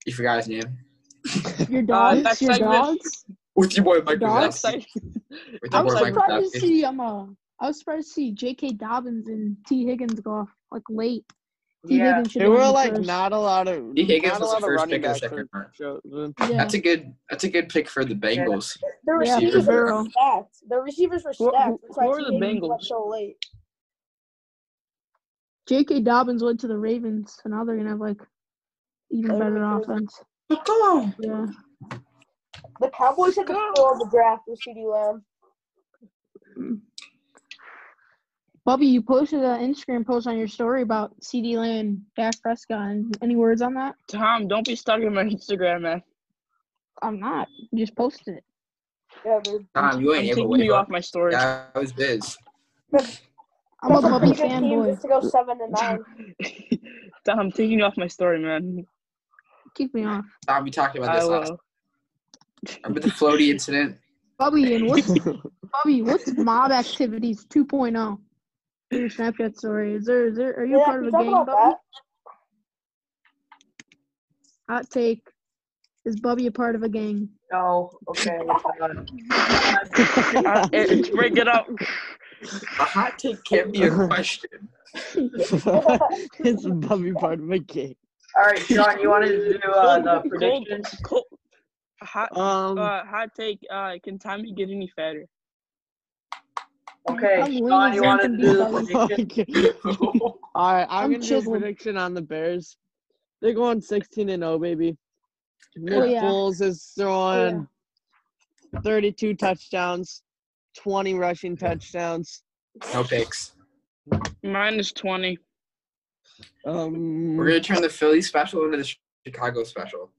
Speaker 4: you forgot his name.
Speaker 2: [laughs]
Speaker 6: your
Speaker 3: Uh,
Speaker 6: dogs,
Speaker 3: next
Speaker 6: your
Speaker 3: segment.
Speaker 6: dogs.
Speaker 4: With your boy Mike
Speaker 6: Dogs?
Speaker 4: Wazowski.
Speaker 3: Next segment.
Speaker 4: With
Speaker 6: I
Speaker 4: your
Speaker 6: was
Speaker 4: boy Mike
Speaker 6: surprised to
Speaker 4: Wazowski.
Speaker 6: see um uh, I was surprised to see J.K. Dobbins and T. Higgins go off like late. T.
Speaker 1: Yeah.
Speaker 6: Higgins should
Speaker 5: There
Speaker 6: have
Speaker 5: were
Speaker 6: been
Speaker 5: like
Speaker 6: first.
Speaker 5: not a lot of
Speaker 4: T. Higgins was
Speaker 5: not a
Speaker 4: the
Speaker 5: lot of
Speaker 4: first
Speaker 5: running
Speaker 4: pick of the
Speaker 5: backs [laughs]
Speaker 4: second
Speaker 5: for
Speaker 4: round.
Speaker 5: Jordan.
Speaker 6: Yeah.
Speaker 4: That's a good. That's a good pick for the Bengals.
Speaker 2: The
Speaker 6: Yeah,
Speaker 2: receivers
Speaker 4: for
Speaker 2: were
Speaker 4: real.
Speaker 2: stacked. The receivers were
Speaker 3: Who- who-
Speaker 2: stacked. That's why
Speaker 3: who are the
Speaker 2: T. Higgins went
Speaker 3: Bengals?
Speaker 2: so late.
Speaker 6: J.K. Dobbins went to the Ravens, so now they're gonna have like even
Speaker 2: They're
Speaker 6: better
Speaker 2: gonna-
Speaker 6: offense. Yeah.
Speaker 2: The Cowboys had to fill the draft with CeeDee Lamb.
Speaker 6: Bubby, you posted an Instagram post on your story about CD Lamb, Dak Prescott. And any words on that?
Speaker 3: Tom, don't be stuck in my Instagram, man.
Speaker 6: I'm not. You just posted it.
Speaker 2: Yeah, dude.
Speaker 4: Tom, you
Speaker 3: I'm
Speaker 4: ain't able to
Speaker 3: taking
Speaker 4: wake
Speaker 3: you
Speaker 4: up.
Speaker 3: off my storage.
Speaker 4: Yeah, I was biz.
Speaker 6: I'm a
Speaker 2: That's
Speaker 6: Bubby
Speaker 2: pretty good team
Speaker 6: fanboy.
Speaker 2: just to go seven and nine.
Speaker 3: [laughs] Tom, I'm taking you off my story, man.
Speaker 6: Kick me off.
Speaker 4: Tom, we talked about
Speaker 3: I
Speaker 4: this last.
Speaker 3: will.
Speaker 4: Remember the floaty incident?
Speaker 6: Bubby, and
Speaker 4: [laughs]
Speaker 6: what's Bubby? What's mob activities 2.0? Your Snapchat story. Is there? Is there? Are you
Speaker 2: Yeah,
Speaker 6: part of
Speaker 2: can you
Speaker 6: a
Speaker 2: talk
Speaker 6: gang,
Speaker 2: about
Speaker 6: Bubby?
Speaker 2: that?
Speaker 6: Hot take. Is Bubby a part of a gang?
Speaker 1: No. Oh, Okay. It's not.
Speaker 3: Uh, it's break it
Speaker 4: [laughs]
Speaker 3: up.
Speaker 4: A hot take can't
Speaker 5: [laughs]
Speaker 4: be a question. [laughs]
Speaker 3: [laughs]
Speaker 2: [laughs]
Speaker 5: it's Bubby part of my game.
Speaker 1: All right, Sean, you wanted to do uh, the predictions?
Speaker 3: Cold, hot,
Speaker 5: Um, [laughs]
Speaker 3: uh, hot take. Uh, can Tommy get any fatter?
Speaker 1: Okay,
Speaker 6: I'm
Speaker 1: Sean, you
Speaker 6: winning
Speaker 1: wanted to do the
Speaker 6: something,
Speaker 1: predictions?
Speaker 5: all right, I'm
Speaker 6: I'm
Speaker 5: gonna do a
Speaker 6: chiseled.
Speaker 5: prediction on the Bears. They're going 16 and 0, baby. Nick
Speaker 6: Oh, yeah.
Speaker 5: Foles is throwing 32 touchdowns, 20 rushing touchdowns.
Speaker 4: no picks.
Speaker 3: Minus twenty.
Speaker 5: Um,
Speaker 4: We're gonna turn the Philly special into the Chicago special.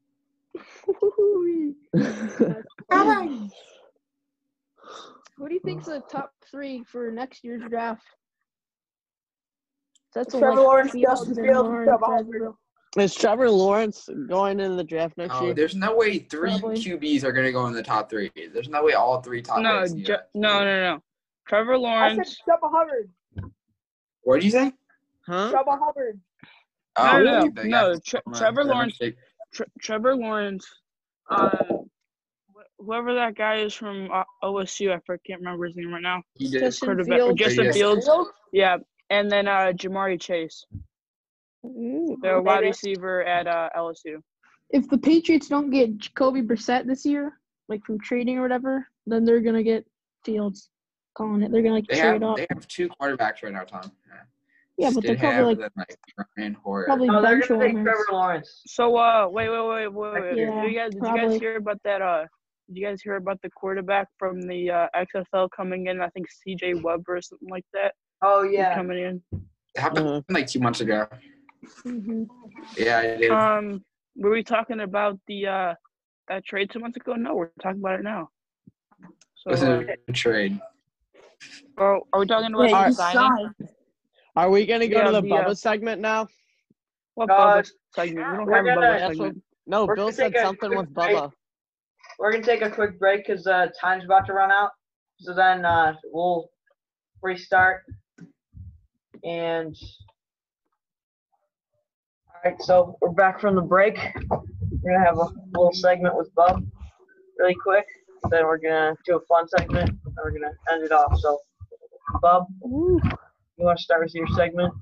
Speaker 6: Who do you think's the top three for next year's draft? That's
Speaker 2: Trevor Lawrence,
Speaker 6: Fields
Speaker 2: Justin
Speaker 6: and
Speaker 2: Fields,
Speaker 6: Lawrence,
Speaker 2: Trevor
Speaker 6: Bradley
Speaker 2: Herbert.
Speaker 6: Bill.
Speaker 5: [laughs] is Trevor Lawrence going in the draft next
Speaker 4: Oh,
Speaker 5: year?
Speaker 4: there's no way three
Speaker 6: Probably.
Speaker 4: QBs are gonna go in the top three. There's no way all three top
Speaker 3: No,
Speaker 4: picks.
Speaker 3: ju-
Speaker 4: do
Speaker 3: no,
Speaker 4: that.
Speaker 3: no, no. Trevor
Speaker 2: I said
Speaker 3: Lawrence.
Speaker 2: Trevor Hubbard.
Speaker 4: What'd you say?
Speaker 5: Huh?
Speaker 2: Trevor Hubbard.
Speaker 4: Oh,
Speaker 3: no, no,
Speaker 4: dude, that
Speaker 3: no.
Speaker 4: guy-
Speaker 3: Tre-
Speaker 4: I'm a-
Speaker 3: Trevor
Speaker 4: I'm a
Speaker 3: Lawrence.
Speaker 4: shake-
Speaker 3: Tre- Trevor Lawrence. Um, wh- whoever that guy is from uh, OSU, I for- can't remember his name right now.
Speaker 4: He did.
Speaker 6: Justin
Speaker 3: Quarterback,
Speaker 6: Fields.
Speaker 3: Justin
Speaker 4: Yes.
Speaker 3: Fields.
Speaker 2: Fields?
Speaker 3: Yeah, and then uh, Jamari Chase,
Speaker 2: Oh,
Speaker 3: the wide receiver at uh, LSU.
Speaker 6: If the Patriots don't get Jacoby Brissett this year, like from trading or whatever, then they're gonna get Fields. Calling it, they're gonna like
Speaker 4: They
Speaker 6: trade
Speaker 4: have
Speaker 6: up.
Speaker 4: they have two quarterbacks right now, Tom. Yeah,
Speaker 6: Yeah, but they're probably like
Speaker 4: then, like Ryan Hoyer.
Speaker 6: probably
Speaker 2: Oh,
Speaker 1: No, they're
Speaker 6: bench
Speaker 1: gonna take Trevor
Speaker 6: warmers.
Speaker 1: Lawrence.
Speaker 3: So uh, wait, wait, wait, wait, wait.
Speaker 6: Yeah,
Speaker 3: did you guys, did you
Speaker 6: probably.
Speaker 3: guys hear about that? Uh, did you guys hear about the quarterback from the uh, XFL coming in? I think C.J. Webb or something like that.
Speaker 1: Oh
Speaker 3: is
Speaker 1: yeah.
Speaker 3: coming in.
Speaker 4: It happened
Speaker 5: Uh-huh.
Speaker 4: like two months ago.
Speaker 6: Mhm.
Speaker 4: Yeah, I did.
Speaker 3: Um, were we talking about the uh that trade two months ago? No, we're talking about it now. So,
Speaker 4: was
Speaker 3: uh,
Speaker 4: a trade.
Speaker 3: are, are we talking about
Speaker 5: Yeah,
Speaker 3: the
Speaker 5: you
Speaker 3: signing?
Speaker 5: Are we gonna go to
Speaker 3: Yeah,
Speaker 5: the
Speaker 3: yeah.
Speaker 5: Bubba segment now?
Speaker 3: What
Speaker 1: Uh,
Speaker 3: Bubba segment? We don't
Speaker 1: we're
Speaker 3: have a Bubba
Speaker 1: gonna-
Speaker 5: That's what-
Speaker 3: segment.
Speaker 5: No,
Speaker 1: We're
Speaker 5: Bill
Speaker 1: gonna
Speaker 5: said
Speaker 1: take a
Speaker 5: something
Speaker 1: quick
Speaker 5: with
Speaker 1: break.
Speaker 5: Bubba.
Speaker 1: We're gonna take a quick break because uh, time's about to run out. So then uh, we'll restart. And all right, so we're back from the break. We're gonna have a little segment with Bub, really quick. Then we're gonna do a fun segment, and we're gonna end it off. So, Bub, you want to start with your segment?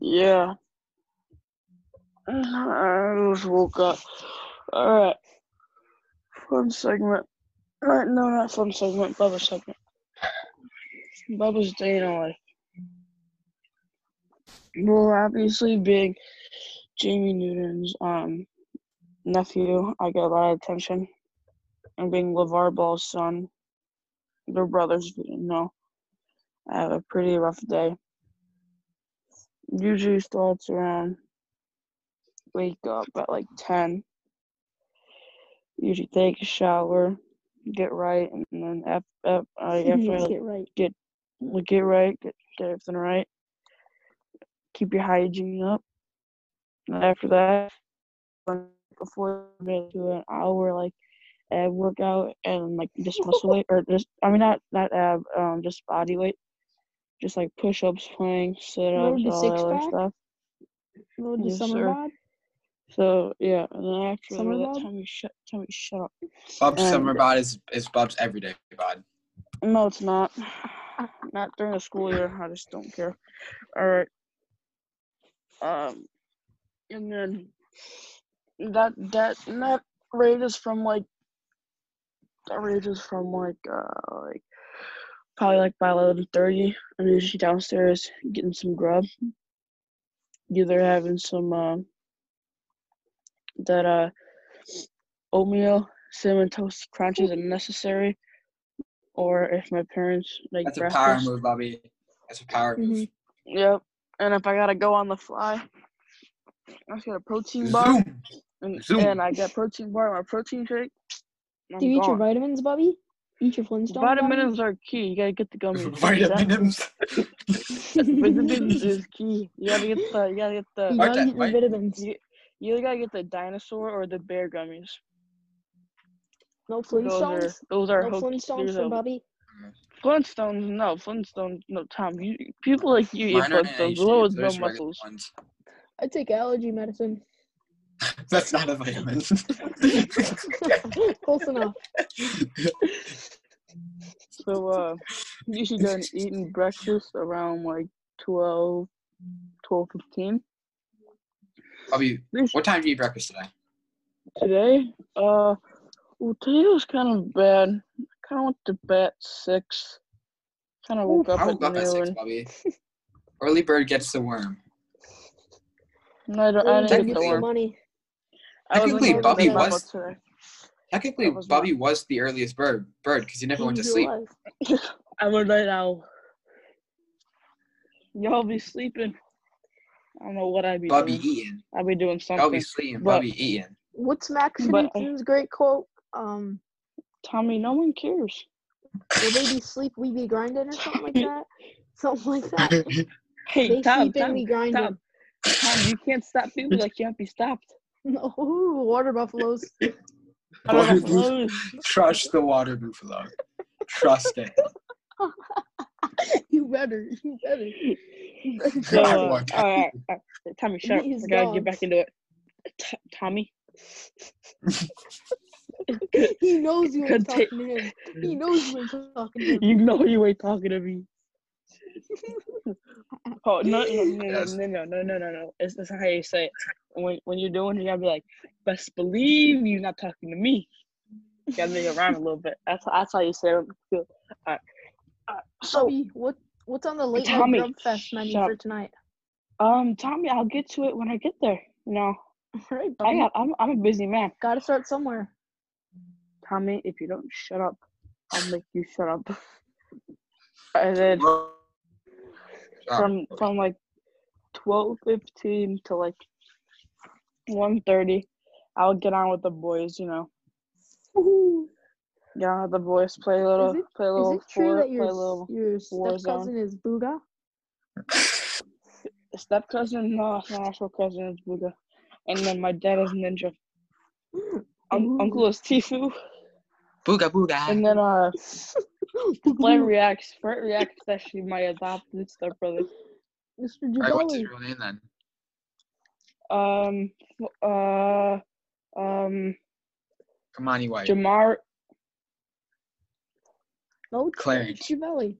Speaker 3: Yeah. I just woke up. All right. Fun segment. All right, no, not fun segment. Bubba segment. Bubba's day in life. Well, obviously, big Jamie Newton's um nephew. I get a lot of attention. And being LeVar Ball's son, their brothers, you know, I have a pretty rough day usually starts around wake up at like 10 usually take a shower get right and then after, after,
Speaker 6: [laughs]
Speaker 3: after I
Speaker 6: Get right.
Speaker 3: like, get right get, get everything right keep your hygiene up and after that um, before I go to an hour like ab workout and like just muscle weight or just I mean not not ab um just body weight just like push ups playing sit ups
Speaker 6: Road to
Speaker 3: all that other
Speaker 6: six-pack?
Speaker 3: stuff
Speaker 6: Road to
Speaker 3: Yes,
Speaker 6: summer
Speaker 3: sir.
Speaker 6: bod.
Speaker 3: So yeah, and then after
Speaker 6: Summer
Speaker 3: that,
Speaker 6: bod?
Speaker 3: tell me shut, tell me shut up.
Speaker 4: Bub's
Speaker 3: Um,
Speaker 4: summer bod is, is Bub's everyday bod.
Speaker 3: No, it's not. Not during the school year. I just don't care. All right. Um, and then that that and that ranges from like that ranges from like uh like probably like by eleven thirty. I'm usually downstairs getting some grub. Either having some uh, that uh oatmeal, cinnamon toast crunch is unnecessary, or if my parents make
Speaker 4: That's a
Speaker 3: breakfast.
Speaker 4: power move, Bobby. That's a power
Speaker 6: Mm-hmm.
Speaker 4: move.
Speaker 3: Yep. And if I gotta go on the fly, I just got a protein bar.
Speaker 4: Zoom.
Speaker 3: and,
Speaker 4: Zoom.
Speaker 3: and I get protein bar, my protein shake. and I'm
Speaker 6: Do you eat your
Speaker 3: gone.
Speaker 6: vitamins, Bubby? Eat your Flintstone
Speaker 3: Vitamins are key. You gotta get the
Speaker 4: [laughs]
Speaker 3: gummies.
Speaker 4: Vitamins.
Speaker 3: Vitamins is key. You gotta get the. You gotta get
Speaker 6: You
Speaker 3: the.
Speaker 4: Aren't
Speaker 6: gotta
Speaker 4: that
Speaker 6: get your
Speaker 4: vit-
Speaker 6: vitamins.
Speaker 3: You, you either gotta get the dinosaur or the bear gummies.
Speaker 6: No
Speaker 3: Those are
Speaker 6: Flintstones.
Speaker 3: those are
Speaker 6: No
Speaker 3: hoax-
Speaker 6: Flintstones
Speaker 3: those
Speaker 6: for
Speaker 3: are-
Speaker 6: Bubby.
Speaker 3: Flintstones, no Flintstones, no Tom. You, people like you eat
Speaker 4: Mine are
Speaker 3: Flintstones. Below is no muscles.
Speaker 4: ones.
Speaker 6: I take
Speaker 3: [laughs]
Speaker 6: allergy medicine. [laughs]
Speaker 4: That's not a vitamin.
Speaker 6: Close enough.
Speaker 3: So uh, you should
Speaker 4: [laughs]
Speaker 3: done eating breakfast around like 12, 12,
Speaker 4: [laughs] Bobby,
Speaker 3: This
Speaker 4: what time do you eat breakfast today?
Speaker 3: today, uh, well today was kind of bad. I kind of went to bed at six. Kind of woke up
Speaker 4: I
Speaker 3: at
Speaker 4: woke up at six,
Speaker 3: noon.
Speaker 4: Bobby. Early bird gets the worm.
Speaker 3: And I, don't, I
Speaker 6: Really,
Speaker 3: didn't get
Speaker 6: get
Speaker 3: the
Speaker 4: Technically-
Speaker 6: some
Speaker 3: worm.
Speaker 6: money.
Speaker 3: I was
Speaker 4: Technically,
Speaker 3: in
Speaker 6: Bobby
Speaker 3: Bubba
Speaker 4: was-
Speaker 3: today.
Speaker 4: Technically,
Speaker 3: That was
Speaker 4: Bobby was the earliest bird bird because he never went to
Speaker 6: He's
Speaker 4: sleep.
Speaker 6: alive.
Speaker 3: I'm a night owl. Y'all be sleeping. I don't know what I'd be
Speaker 4: Bobby
Speaker 3: doing.
Speaker 4: eating.
Speaker 3: I'd be doing
Speaker 4: Bobby
Speaker 3: something.
Speaker 4: sleeping.
Speaker 3: But-
Speaker 4: Bobby eating.
Speaker 6: What's Max
Speaker 3: But-
Speaker 6: Newton's great quote? Um,
Speaker 3: Tommy, no one cares.
Speaker 6: will they be sleep, we be grinding, or something
Speaker 3: [laughs]
Speaker 6: like that? Something like that.
Speaker 3: Hey,
Speaker 6: They
Speaker 3: Tom,
Speaker 6: sleep and
Speaker 3: Tom,
Speaker 6: we grind it.
Speaker 3: Tom, Tom, you can't
Speaker 4: [laughs]
Speaker 3: stop people that can't be stopped.
Speaker 6: [laughs] Ooh,
Speaker 3: [laughs]
Speaker 6: water buffaloes.
Speaker 3: I don't
Speaker 4: Water
Speaker 3: know.
Speaker 4: buffalo. [laughs]
Speaker 3: Those-
Speaker 4: Trust the water buffalo. Trust it.
Speaker 6: you better, you
Speaker 3: [laughs]
Speaker 6: better.
Speaker 3: So,
Speaker 4: I
Speaker 3: uh, all
Speaker 4: want
Speaker 3: right, all right. Tommy, shut up.
Speaker 6: Me is
Speaker 3: I gotta
Speaker 6: gone.
Speaker 3: get back into it. T- Tommy,
Speaker 6: He knows you ain't
Speaker 3: Contain-
Speaker 6: talking to him. He knows you ain't talking to him.
Speaker 3: you know you ain't talking to me. [laughs] Oh no no no no
Speaker 4: Yes.
Speaker 3: no no no no no! no. It's, it's not how you say it. When when you're doing, it, you gotta be like, best believe you're not talking to me. You gotta make it rhyme a little bit. That's that's how you say it. All right. All right. [laughs] So
Speaker 6: Bubby, what what's on the late night
Speaker 3: Tommy,
Speaker 6: grub fest menu
Speaker 3: shut
Speaker 6: for
Speaker 3: up.
Speaker 6: tonight? [laughs]
Speaker 3: um, Tommy, I'll get to it when I get there. You know,
Speaker 6: All right,
Speaker 3: I
Speaker 6: Bubby.
Speaker 3: got I'm I'm a busy man.
Speaker 6: Gotta start somewhere.
Speaker 3: Tommy, if you don't shut up, I'll make you shut up. [laughs] And then from from like twelve fifteen to like one thirty, I'll get on with the boys. You know,
Speaker 6: Ooh,
Speaker 3: get on with the boys, play a little,
Speaker 6: Is it-
Speaker 3: play a
Speaker 6: Is
Speaker 3: little,
Speaker 6: it true
Speaker 3: four,
Speaker 6: that
Speaker 3: play a
Speaker 6: your
Speaker 3: little.
Speaker 6: your step cousin
Speaker 3: [laughs]
Speaker 6: is Booga? [gasps]
Speaker 3: Step cousin, no, it's my actual cousin is Buddha, and then my dad is
Speaker 6: [gasps]
Speaker 3: Ninja. Un-
Speaker 6: Ooh.
Speaker 3: uncle is Tifu,
Speaker 4: Booga booga.
Speaker 3: and then uh,
Speaker 6: [laughs]
Speaker 3: Flight
Speaker 6: Boogaloo.
Speaker 3: reacts. Flight reacts is actually my adopted stepbrother.
Speaker 6: Mr.
Speaker 4: Alright, what's
Speaker 6: Jabali.
Speaker 4: his real name then?
Speaker 3: Um, uh, um,
Speaker 4: Kamani White.
Speaker 3: Jamar.
Speaker 6: [laughs] No, it's-
Speaker 4: Clarence.
Speaker 6: it's Jabali.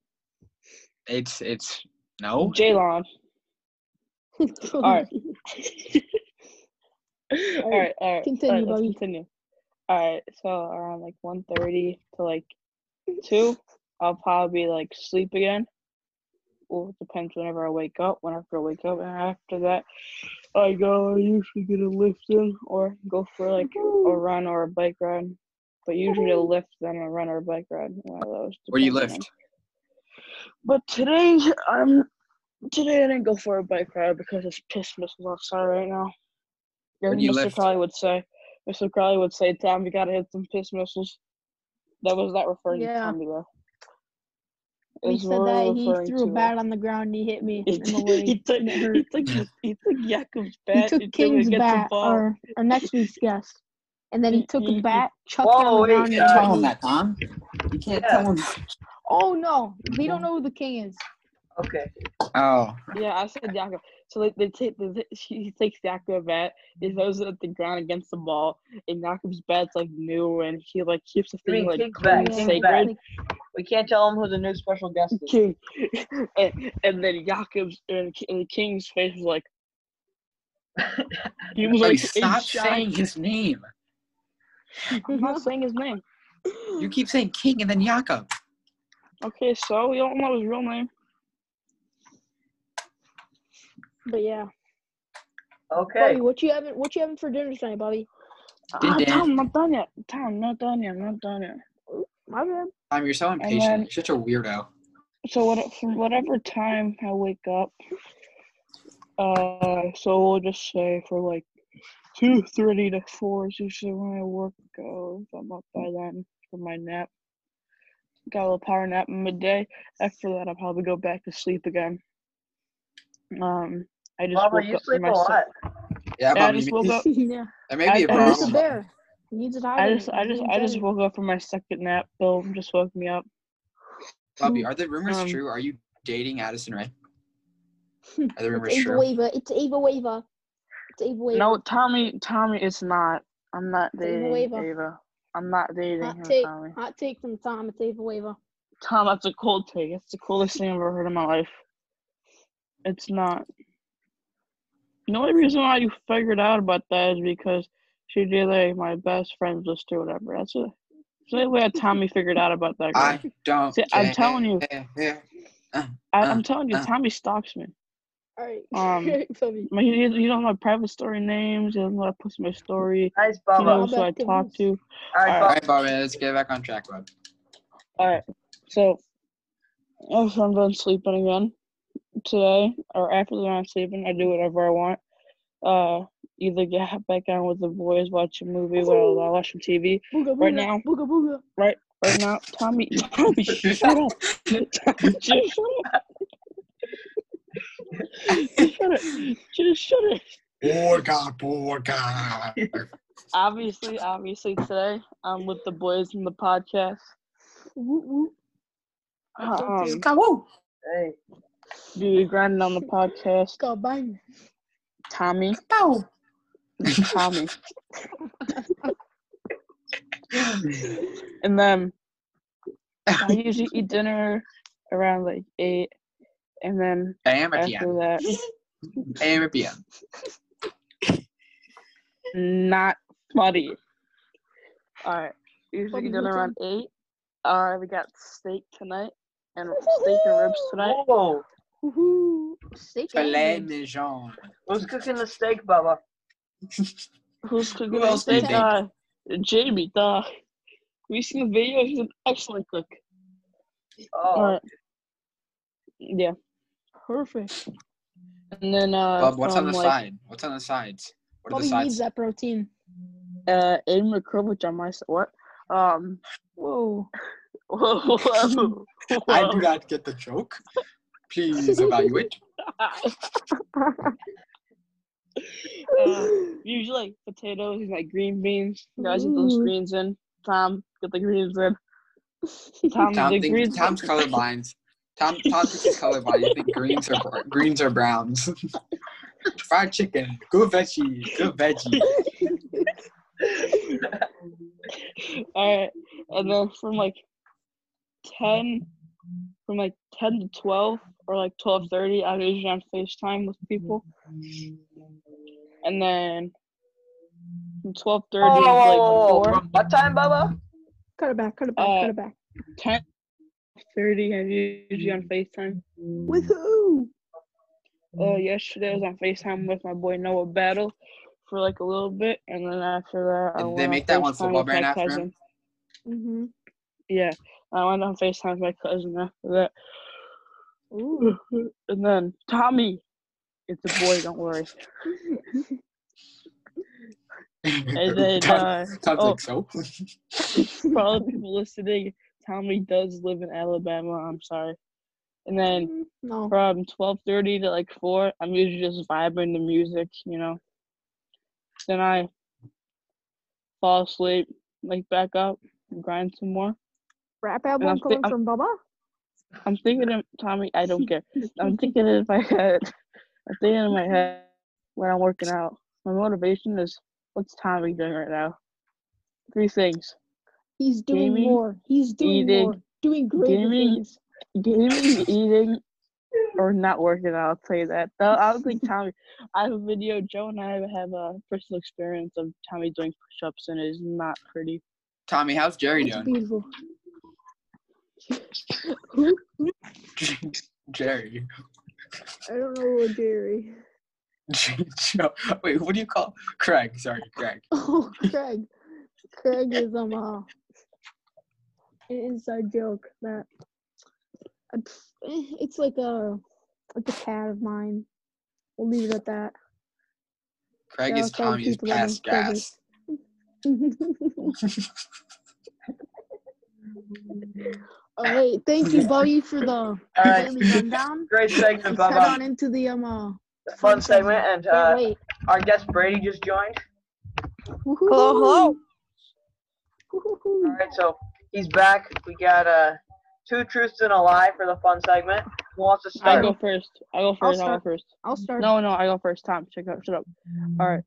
Speaker 4: It's it's no.
Speaker 3: [laughs] Jalon.
Speaker 6: [laughs]
Speaker 3: Alright. all right, all right.
Speaker 6: Continue,
Speaker 3: all right,
Speaker 6: Bobby.
Speaker 3: let's continue. All right, so around like 1.30 to like two, I'll probably like sleep again. Well, it depends whenever I wake up. Whenever I wake up, and after that, I go. I usually get a lift in or go for like a run or a bike ride. But usually a lift, then a run or a bike ride. One of those.
Speaker 4: Where do you
Speaker 3: depending on-
Speaker 4: lift?
Speaker 3: But today, um, today I didn't go for a bike ride because it's piss missiles outside right now.
Speaker 4: Where do
Speaker 3: As
Speaker 4: you
Speaker 3: Mr.
Speaker 4: lift?
Speaker 3: Crowley would say, Mr. Crowley would say, Tom, you gotta hit some piss missiles. That was not referring to
Speaker 6: Yeah.
Speaker 3: Tommy though. It
Speaker 6: He
Speaker 3: was
Speaker 6: said
Speaker 3: more
Speaker 6: that he
Speaker 3: referring
Speaker 6: threw a
Speaker 3: to, uh,
Speaker 6: bat on the ground and he hit
Speaker 3: [laughs]
Speaker 6: me
Speaker 3: He,
Speaker 6: in the
Speaker 3: took-
Speaker 6: leg.
Speaker 3: he
Speaker 6: [laughs]
Speaker 3: took
Speaker 6: and it
Speaker 3: he
Speaker 6: hurt.
Speaker 3: took his- he took Jakob's
Speaker 6: He
Speaker 3: bat.
Speaker 6: took
Speaker 3: and threw it
Speaker 6: King's
Speaker 3: against the
Speaker 6: bat,
Speaker 3: ball. Mm,
Speaker 6: our, our next week's guest. And then he
Speaker 3: He-
Speaker 6: took
Speaker 3: he-
Speaker 6: a
Speaker 3: he-
Speaker 6: bat, chucked it
Speaker 1: Whoa,
Speaker 6: on the
Speaker 1: wait,
Speaker 6: ground,
Speaker 1: uh,
Speaker 6: and hit
Speaker 4: Tell him
Speaker 6: me.
Speaker 4: that, Tom. You can't
Speaker 1: Yeah.
Speaker 4: tell him.
Speaker 6: Oh no, we
Speaker 3: Mm-hmm.
Speaker 6: don't know who the king is.
Speaker 1: Okay.
Speaker 4: Oh,
Speaker 3: Yeah, I said Jakob. So they, they take they, they- she he takes Jakob's bat, he
Speaker 6: Mm-hmm.
Speaker 3: throws it at the ground against the ball, and Jakob's bat's like new and he like keeps the
Speaker 1: You
Speaker 3: thing
Speaker 1: mean
Speaker 3: like
Speaker 1: King's
Speaker 3: clean
Speaker 1: bat,
Speaker 3: and
Speaker 1: King's
Speaker 3: sacred.
Speaker 1: bat. We can't tell him who the new special guest is.
Speaker 3: King, [laughs] and, and then Jakob's and, K- and King's face was like he was like
Speaker 4: Bobby,
Speaker 3: in
Speaker 4: stop
Speaker 3: shock.
Speaker 4: saying his name.
Speaker 3: I'm not saying his name.
Speaker 4: You keep saying King and then Jakob.
Speaker 3: Okay, so we don't know his real name.
Speaker 6: But yeah,
Speaker 1: Okay.
Speaker 6: Bobby, what you having? What you having for dinner tonight, Bobby?
Speaker 3: Ah,
Speaker 4: Did it.
Speaker 3: Tom, I'm not done yet. Tom, I'm not done yet. I'm not done yet.
Speaker 6: My bad. [laughs]
Speaker 4: Tom, you're so impatient.
Speaker 3: then-
Speaker 4: you're such a weirdo.
Speaker 3: So what? From whatever time I wake up, uh, so we'll just say for like two thirty to four is usually when I work out. If I'm up by then for my nap. Got a little power nap in midday. After that, I'll probably go back to sleep again. Um, I just
Speaker 1: Bubba,
Speaker 3: woke
Speaker 1: you
Speaker 3: up for
Speaker 1: sleep a
Speaker 3: myself.
Speaker 1: lot.
Speaker 4: Yeah,
Speaker 3: Yeah, I
Speaker 4: Bubba,
Speaker 3: just
Speaker 4: you
Speaker 3: woke
Speaker 4: may,
Speaker 6: [laughs]
Speaker 3: up. yeah.
Speaker 4: that may be a
Speaker 3: I- I
Speaker 4: problem.
Speaker 3: just-
Speaker 6: Needs it better. He needs it higher.
Speaker 3: I just, I just, I just woke up from my second nap. Bill just woke me up.
Speaker 4: Bubby, are the rumors
Speaker 3: Um,
Speaker 4: true? Are you dating Addison Ray?
Speaker 6: Hmm,
Speaker 3: [laughs]
Speaker 4: Are the rumors
Speaker 6: It's Ava
Speaker 4: true?
Speaker 6: Waver. It's Ava Waver. It's Ava Waver.
Speaker 7: No, Tommy. Tommy, it's not. I'm not
Speaker 6: It's Ava
Speaker 7: dating
Speaker 6: Waver.
Speaker 7: Ava. I'm not dating
Speaker 6: Hot
Speaker 7: her,
Speaker 6: take.
Speaker 7: Tommy.
Speaker 6: Hot take from Tom. It's Ava Waver.
Speaker 7: Tom, that's a cold take.
Speaker 3: it's the coolest thing I've ever heard in my life. It's not. The only reason why you figured out about that is because she did like my best friend's list or whatever. That's it. It's the only way
Speaker 6: [laughs]
Speaker 3: Tommy figured out about that girl.
Speaker 4: I don't.
Speaker 3: See, I'm telling you.
Speaker 4: care.
Speaker 3: I,
Speaker 4: Uh,
Speaker 3: I'm telling you,
Speaker 4: uh.
Speaker 3: Tommy stalks me.
Speaker 6: All right. [laughs]
Speaker 3: Um,
Speaker 6: Bubby.
Speaker 3: My, he, he knows my private story names. He knows what I post in my story.
Speaker 1: Nice,
Speaker 3: He
Speaker 1: Bubba.
Speaker 3: knows who I talk to.
Speaker 1: All right,
Speaker 4: All
Speaker 1: Bubba.
Speaker 4: right, Bobby, let's get back on track, bud.
Speaker 3: All right. So after I'm done sleeping again today, or after I'm done sleeping, I do whatever I want. Uh, either get back on with the boys, watch a movie while I watch some TV.
Speaker 6: Booga booga.
Speaker 3: Right now,
Speaker 6: Booga booga.
Speaker 3: right now, Tommy, [laughs] Tommy, shut up. Tommy, just shut up. Just shut up. Just shut up.
Speaker 4: Borga, [laughs] borga.
Speaker 7: Obviously, obviously today, I'm with the boys in the podcast.
Speaker 6: Woo woo. That's so
Speaker 3: Um,
Speaker 6: cute.
Speaker 1: Hey,
Speaker 3: dude, grinding on the podcast.
Speaker 6: Go bang.
Speaker 3: Tommy. Tommy. and
Speaker 4: [laughs]
Speaker 3: then I usually eat dinner around like eight, and then
Speaker 4: AM or
Speaker 3: after [laughs]
Speaker 4: PM?
Speaker 3: that,
Speaker 4: AM or PM?
Speaker 3: not funny.
Speaker 7: All right. Usually
Speaker 6: Bubby,
Speaker 7: get done
Speaker 6: what
Speaker 7: around eight. Uh, we got steak tonight and steak and ribs tonight.
Speaker 1: whoa!
Speaker 6: Woohoo. Steak and
Speaker 4: Filet
Speaker 6: eggs.
Speaker 4: mignon.
Speaker 1: Who's cooking the steak, Bubba?
Speaker 7: Who's cooking
Speaker 4: Who
Speaker 7: the
Speaker 4: else do you
Speaker 7: steak?
Speaker 4: think?
Speaker 7: Uh, Jamie. Duh. We seen the video. He's an excellent cook.
Speaker 1: Oh,
Speaker 3: All right. Yeah,
Speaker 6: Perfect.
Speaker 3: and then uh,
Speaker 4: Bub, what's on
Speaker 3: from
Speaker 4: the
Speaker 3: like
Speaker 4: side? What's on the sides? What are the
Speaker 6: Bubby needs
Speaker 4: sides?
Speaker 6: that protein.
Speaker 3: uh, Aiden Markovich on my s- what? Um,
Speaker 6: Whoa. [gasps]
Speaker 3: [laughs]
Speaker 7: Whoa, whoa,
Speaker 4: I do
Speaker 7: whoa.
Speaker 4: not get the joke.
Speaker 3: [laughs]
Speaker 4: Please evaluate.
Speaker 3: uh, usually like, potatoes and like green beans. You guys get those
Speaker 6: Ooh.
Speaker 3: greens in. Tom, get the greens
Speaker 4: [laughs]
Speaker 3: in. Tom,
Speaker 4: Tom
Speaker 3: Um, the
Speaker 4: thinks
Speaker 3: greens. [laughs]
Speaker 4: Tom's colorblind. Tom Tom thinks he's colorblind. He thinks greens are br- greens are browns. [laughs] Fried chicken. Good veggie. Good veggie.
Speaker 3: All right, and then from like ten, from like ten to twelve or like twelve thirty, I usually on Facetime with people, and then from twelve
Speaker 1: Whoa,
Speaker 3: thirty
Speaker 1: whoa,
Speaker 3: to like
Speaker 1: whoa,
Speaker 4: Oh.
Speaker 1: whoa, whoa.
Speaker 3: four,
Speaker 1: What time, Bubba?
Speaker 6: Cut it back. Cut it back.
Speaker 3: Uh,
Speaker 6: cut it back.
Speaker 3: ten thirty, I'm usually on Facetime.
Speaker 6: With who?
Speaker 3: Uh,
Speaker 4: Mm.
Speaker 3: yesterday I was on Facetime with my boy Noah Battle for like a little bit, and then after that I
Speaker 4: Did
Speaker 3: went
Speaker 4: they
Speaker 3: on
Speaker 4: make that one
Speaker 3: FaceTime
Speaker 4: football
Speaker 3: with
Speaker 4: brand
Speaker 3: my
Speaker 4: after
Speaker 3: cousin.
Speaker 4: him?
Speaker 6: Mm-hmm.
Speaker 3: Yeah, I went on Facetime with my cousin after that.
Speaker 6: Ooh.
Speaker 3: And then Tommy, it's a boy. Don't worry. And
Speaker 4: [laughs]
Speaker 3: then
Speaker 4: Tom,
Speaker 3: uh,
Speaker 4: Tom's
Speaker 3: oh,
Speaker 4: like so.
Speaker 3: for all the people listening, Tommy does live in Alabama. I'm sorry. And then
Speaker 6: Mm-hmm. No.
Speaker 3: from twelve thirty to like four, I'm usually just vibing to music, you know. Then I fall asleep, like back up, grind some more.
Speaker 6: Rap
Speaker 3: And
Speaker 6: album
Speaker 3: I'm, thi-
Speaker 6: coming
Speaker 3: I'm,
Speaker 6: from Bubba?
Speaker 3: I'm thinking of Tommy. I don't care. I'm thinking in my head. I'm thinking in my head when I'm working out. My motivation is what's Tommy doing right now? Three things:
Speaker 6: He's doing
Speaker 3: Gaming,
Speaker 6: more. He's doing
Speaker 3: eating,
Speaker 6: more. Doing greater
Speaker 3: gaming,
Speaker 6: things.
Speaker 3: gaming, eating, or not working out. I'll say that. Though I don't think Tommy. I have a video. Joe and I have a personal experience of Tommy doing push-ups, and it is not pretty.
Speaker 4: Tommy, how's Jerry
Speaker 6: It's
Speaker 4: doing?
Speaker 6: beautiful. [laughs] Who?
Speaker 4: [laughs] Jerry.
Speaker 6: I don't know what Jerry.
Speaker 4: Joe. Wait, what do you call Craig? Sorry, Craig.
Speaker 6: [laughs] Oh, Craig. Craig is um uh, an inside joke that uh, pff, eh,
Speaker 1: [laughs]
Speaker 6: it's like a like a cat of mine. We'll leave it at that.
Speaker 4: Craig
Speaker 6: Yeah,
Speaker 4: is
Speaker 6: Craig
Speaker 4: Tommy's
Speaker 6: keeps letting
Speaker 4: past
Speaker 6: Craig
Speaker 4: gas.
Speaker 6: [laughs] All right, thank you, Bowie, for the
Speaker 1: All right,
Speaker 6: daily rundown.
Speaker 1: great [laughs] segment,
Speaker 6: Let's head on
Speaker 1: Bubba.
Speaker 6: into the um. Uh,
Speaker 1: Fun segment, and
Speaker 6: wait,
Speaker 1: uh,
Speaker 6: wait.
Speaker 1: our guest Brady just joined.
Speaker 2: Hello, hello.
Speaker 1: All right, so he's back. We got uh, two truths and a lie for the fun segment. Who wants to
Speaker 3: I
Speaker 1: start?
Speaker 3: go first. I go first. I go
Speaker 6: start.
Speaker 3: first.
Speaker 6: I'll start.
Speaker 3: No, no, I go first. Tom, check up. Shut up. All right.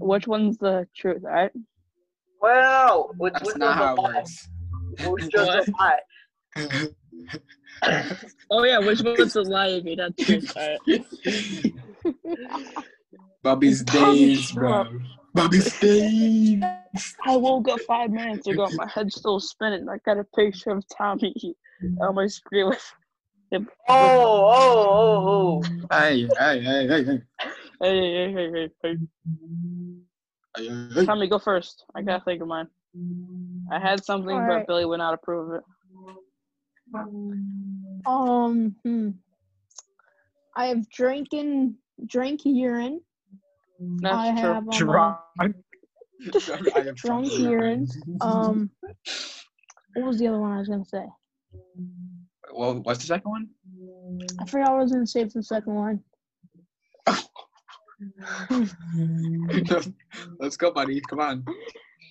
Speaker 3: Which one's the truth? All right.
Speaker 1: Well, no, which,
Speaker 4: That's
Speaker 1: which
Speaker 4: not
Speaker 1: was
Speaker 4: how
Speaker 1: a
Speaker 4: it
Speaker 1: lie?
Speaker 4: works. [laughs]
Speaker 1: Which was a lie?
Speaker 3: Oh yeah, which one's the lie? If you not truth. All right.
Speaker 4: [laughs] Bubby's days, bro. Bubby's days.
Speaker 3: I woke up five minutes ago. My head's still spinning. I got a picture of Tommy on my screen with
Speaker 1: Oh, oh, oh, oh.
Speaker 4: Hey, hey, hey, hey, hey.
Speaker 3: Hey, hey, hey, hey, hey.
Speaker 4: Hey, hey, hey.
Speaker 3: Tommy, go first. I gotta think of mine. I had something, but
Speaker 6: Alright.
Speaker 3: Billy would not approve of it.
Speaker 6: Um, hmm. I have drinking drank urine.
Speaker 3: That's
Speaker 6: I
Speaker 3: true.
Speaker 6: have um, uh,
Speaker 4: [laughs]
Speaker 8: Drunk.
Speaker 4: I am
Speaker 6: Drunk
Speaker 4: sorry.
Speaker 6: urine. um. What was the other one I was gonna say?
Speaker 4: Well, what's the second [laughs] one?
Speaker 6: I forgot what I was gonna say for the second one.
Speaker 4: Let's go, buddy. Come on.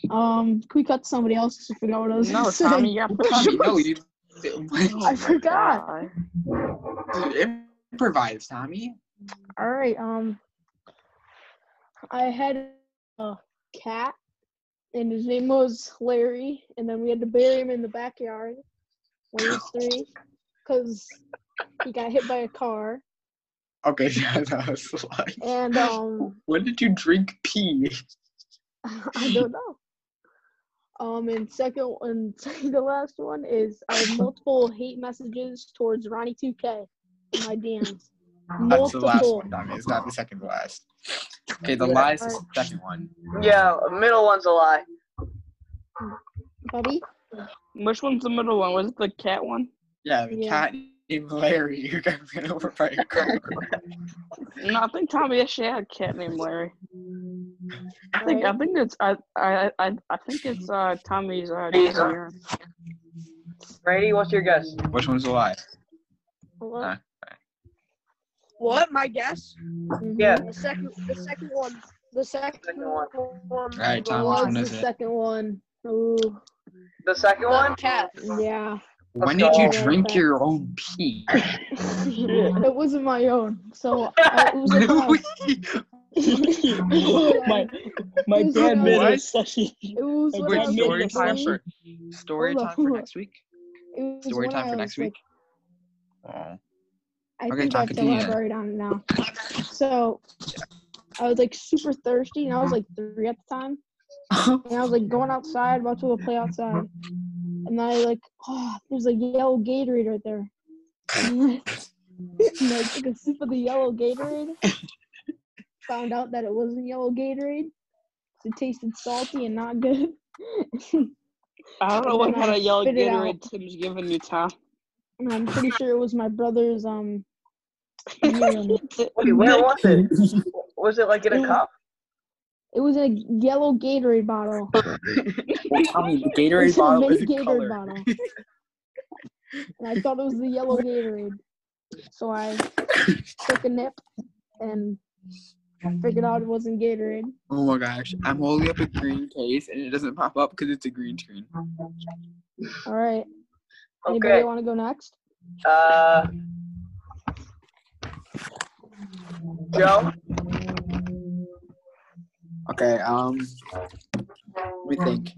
Speaker 6: Um, can we cut to somebody else? 'Cause I forgot what I was
Speaker 3: No,
Speaker 6: gonna say.
Speaker 3: Tommy, you
Speaker 4: Tommy, no,
Speaker 6: [laughs]
Speaker 3: got
Speaker 4: you
Speaker 6: I forgot.
Speaker 4: [laughs] improvise, Tommy.
Speaker 6: All right. Um, I had a cat, and his name was Larry. And then we had to bury him in the backyard when he was three, because he got hit by a car.
Speaker 4: Okay, [laughs] yeah, that was like.
Speaker 6: And um, [laughs]
Speaker 4: When did you drink pee?
Speaker 6: I don't know. Um, and second and [laughs] the last one is I have multiple hate messages towards Ronnie Two K, my DMs.
Speaker 4: That's the last
Speaker 6: Multiple.
Speaker 4: one, Tommy. It's not the second to last. Okay, the lie is the second one.
Speaker 1: Yeah, middle one's a lie.
Speaker 6: Bubby.
Speaker 3: Which one's the middle one? Was it the cat one?
Speaker 4: Yeah, the
Speaker 6: Yeah.
Speaker 4: cat named Larry [laughs] who got ran over by a car.
Speaker 3: No, I think Tommy actually had a cat named Larry. I think I
Speaker 6: Alright.
Speaker 3: think it's I I I, I think it's uh Tommy's uh junior.
Speaker 1: Brady, what's your guess?
Speaker 4: [laughs] Which one's the lie? Uh,
Speaker 6: Hello?
Speaker 2: What? My guess?
Speaker 6: Mhm.
Speaker 1: Yeah,
Speaker 2: The second, the second one. The second,
Speaker 1: Second one.
Speaker 2: one.
Speaker 4: Alright, Tom, which
Speaker 6: was
Speaker 4: one
Speaker 6: the
Speaker 4: is it?
Speaker 6: second one. Ooh,
Speaker 1: the second one.
Speaker 2: Cat.
Speaker 6: [laughs] yeah.
Speaker 4: When did you
Speaker 6: go.
Speaker 4: drink your own pee?
Speaker 6: it wasn't my own, so I, it
Speaker 4: [laughs]
Speaker 6: was a lie. it [laughs] was a lie.
Speaker 3: my my
Speaker 6: Who's
Speaker 3: dad
Speaker 6: that?
Speaker 3: made
Speaker 4: What?
Speaker 3: a session.
Speaker 6: It was when
Speaker 3: Wait,
Speaker 6: I
Speaker 4: Wait,
Speaker 6: was
Speaker 3: made
Speaker 4: story
Speaker 6: like
Speaker 3: the
Speaker 4: time
Speaker 6: three.
Speaker 4: for story
Speaker 6: Hold
Speaker 4: time for
Speaker 6: on.
Speaker 4: next week.
Speaker 6: It was
Speaker 4: Story
Speaker 6: when
Speaker 4: time
Speaker 6: I
Speaker 4: for
Speaker 6: was
Speaker 4: next
Speaker 6: like,
Speaker 4: week. Oh.
Speaker 6: I
Speaker 4: Okay,
Speaker 6: think
Speaker 4: Tom,
Speaker 6: I have to
Speaker 4: continue then.
Speaker 6: elaborate on it now. So I was like super thirsty, and I was like three at the time, and I was like going outside, about to go play outside, and I like, [sighs] oh, there's a yellow Gatorade right there. [laughs] and I took a sip of the yellow Gatorade. Found out that it wasn't yellow Gatorade. 'cause It tasted salty and not good.
Speaker 3: I don't know
Speaker 6: And
Speaker 3: what
Speaker 6: then
Speaker 3: kind
Speaker 6: I
Speaker 3: of yellow
Speaker 6: spit it out.
Speaker 3: Gatorade Tim's giving you, Tom.
Speaker 6: and I'm pretty sure it was my brother's um urine.
Speaker 1: Wait, where was it?
Speaker 4: [laughs]
Speaker 1: Was it like in a cup?
Speaker 6: It was a yellow Gatorade bottle.
Speaker 4: Well, Tommy,
Speaker 6: [laughs]
Speaker 4: the
Speaker 6: It
Speaker 4: Gatorade
Speaker 6: was in a
Speaker 4: bottle
Speaker 6: mini
Speaker 4: isn't
Speaker 6: Gatorade
Speaker 4: colored.
Speaker 6: bottle. And I thought it was the yellow Gatorade. So I took a nip and figured out it wasn't Gatorade.
Speaker 4: Oh my gosh, I'm holding up a green case and it doesn't pop up because it's a green screen.
Speaker 6: All right. Anybody
Speaker 1: Okay.
Speaker 6: want to go next? [laughs]
Speaker 1: Uh, Joe,
Speaker 4: Okay, um, let me think.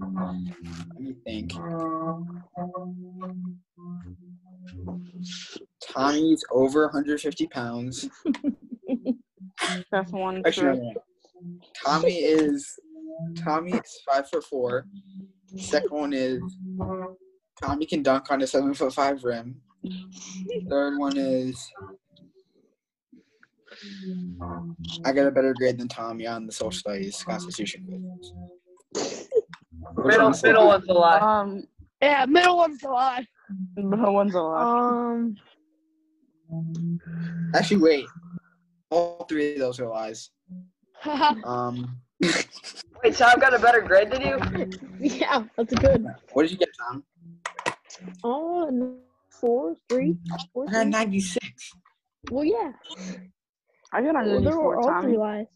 Speaker 4: Let me think. Tommy's over 150 pounds.
Speaker 3: That's one truth.
Speaker 4: Actually, no, no, no. Tommy is Tommy is five foot four. Second one is Tommy can dunk on a seven foot five rim. Third one is I got a better grade than Tommy on the social studies constitution quiz. Which
Speaker 1: middle
Speaker 4: one's the
Speaker 1: middle
Speaker 4: lie?
Speaker 1: one's a lie.
Speaker 3: Um, [laughs]
Speaker 2: Yeah, middle one's a lie.
Speaker 3: no one's allowed.
Speaker 6: Um,
Speaker 4: Actually, wait. All three of those are lies. Um,
Speaker 1: Wait, so I've got a better grade than you?
Speaker 6: yeah, that's good.
Speaker 4: what did you get, Tom?
Speaker 6: Oh, n- four, three, four,
Speaker 4: I got
Speaker 6: three.
Speaker 4: 96.
Speaker 6: Well, yeah.
Speaker 3: I got
Speaker 6: Well, Oh, there
Speaker 3: 104,
Speaker 6: were all
Speaker 3: Tommy.
Speaker 6: three lies.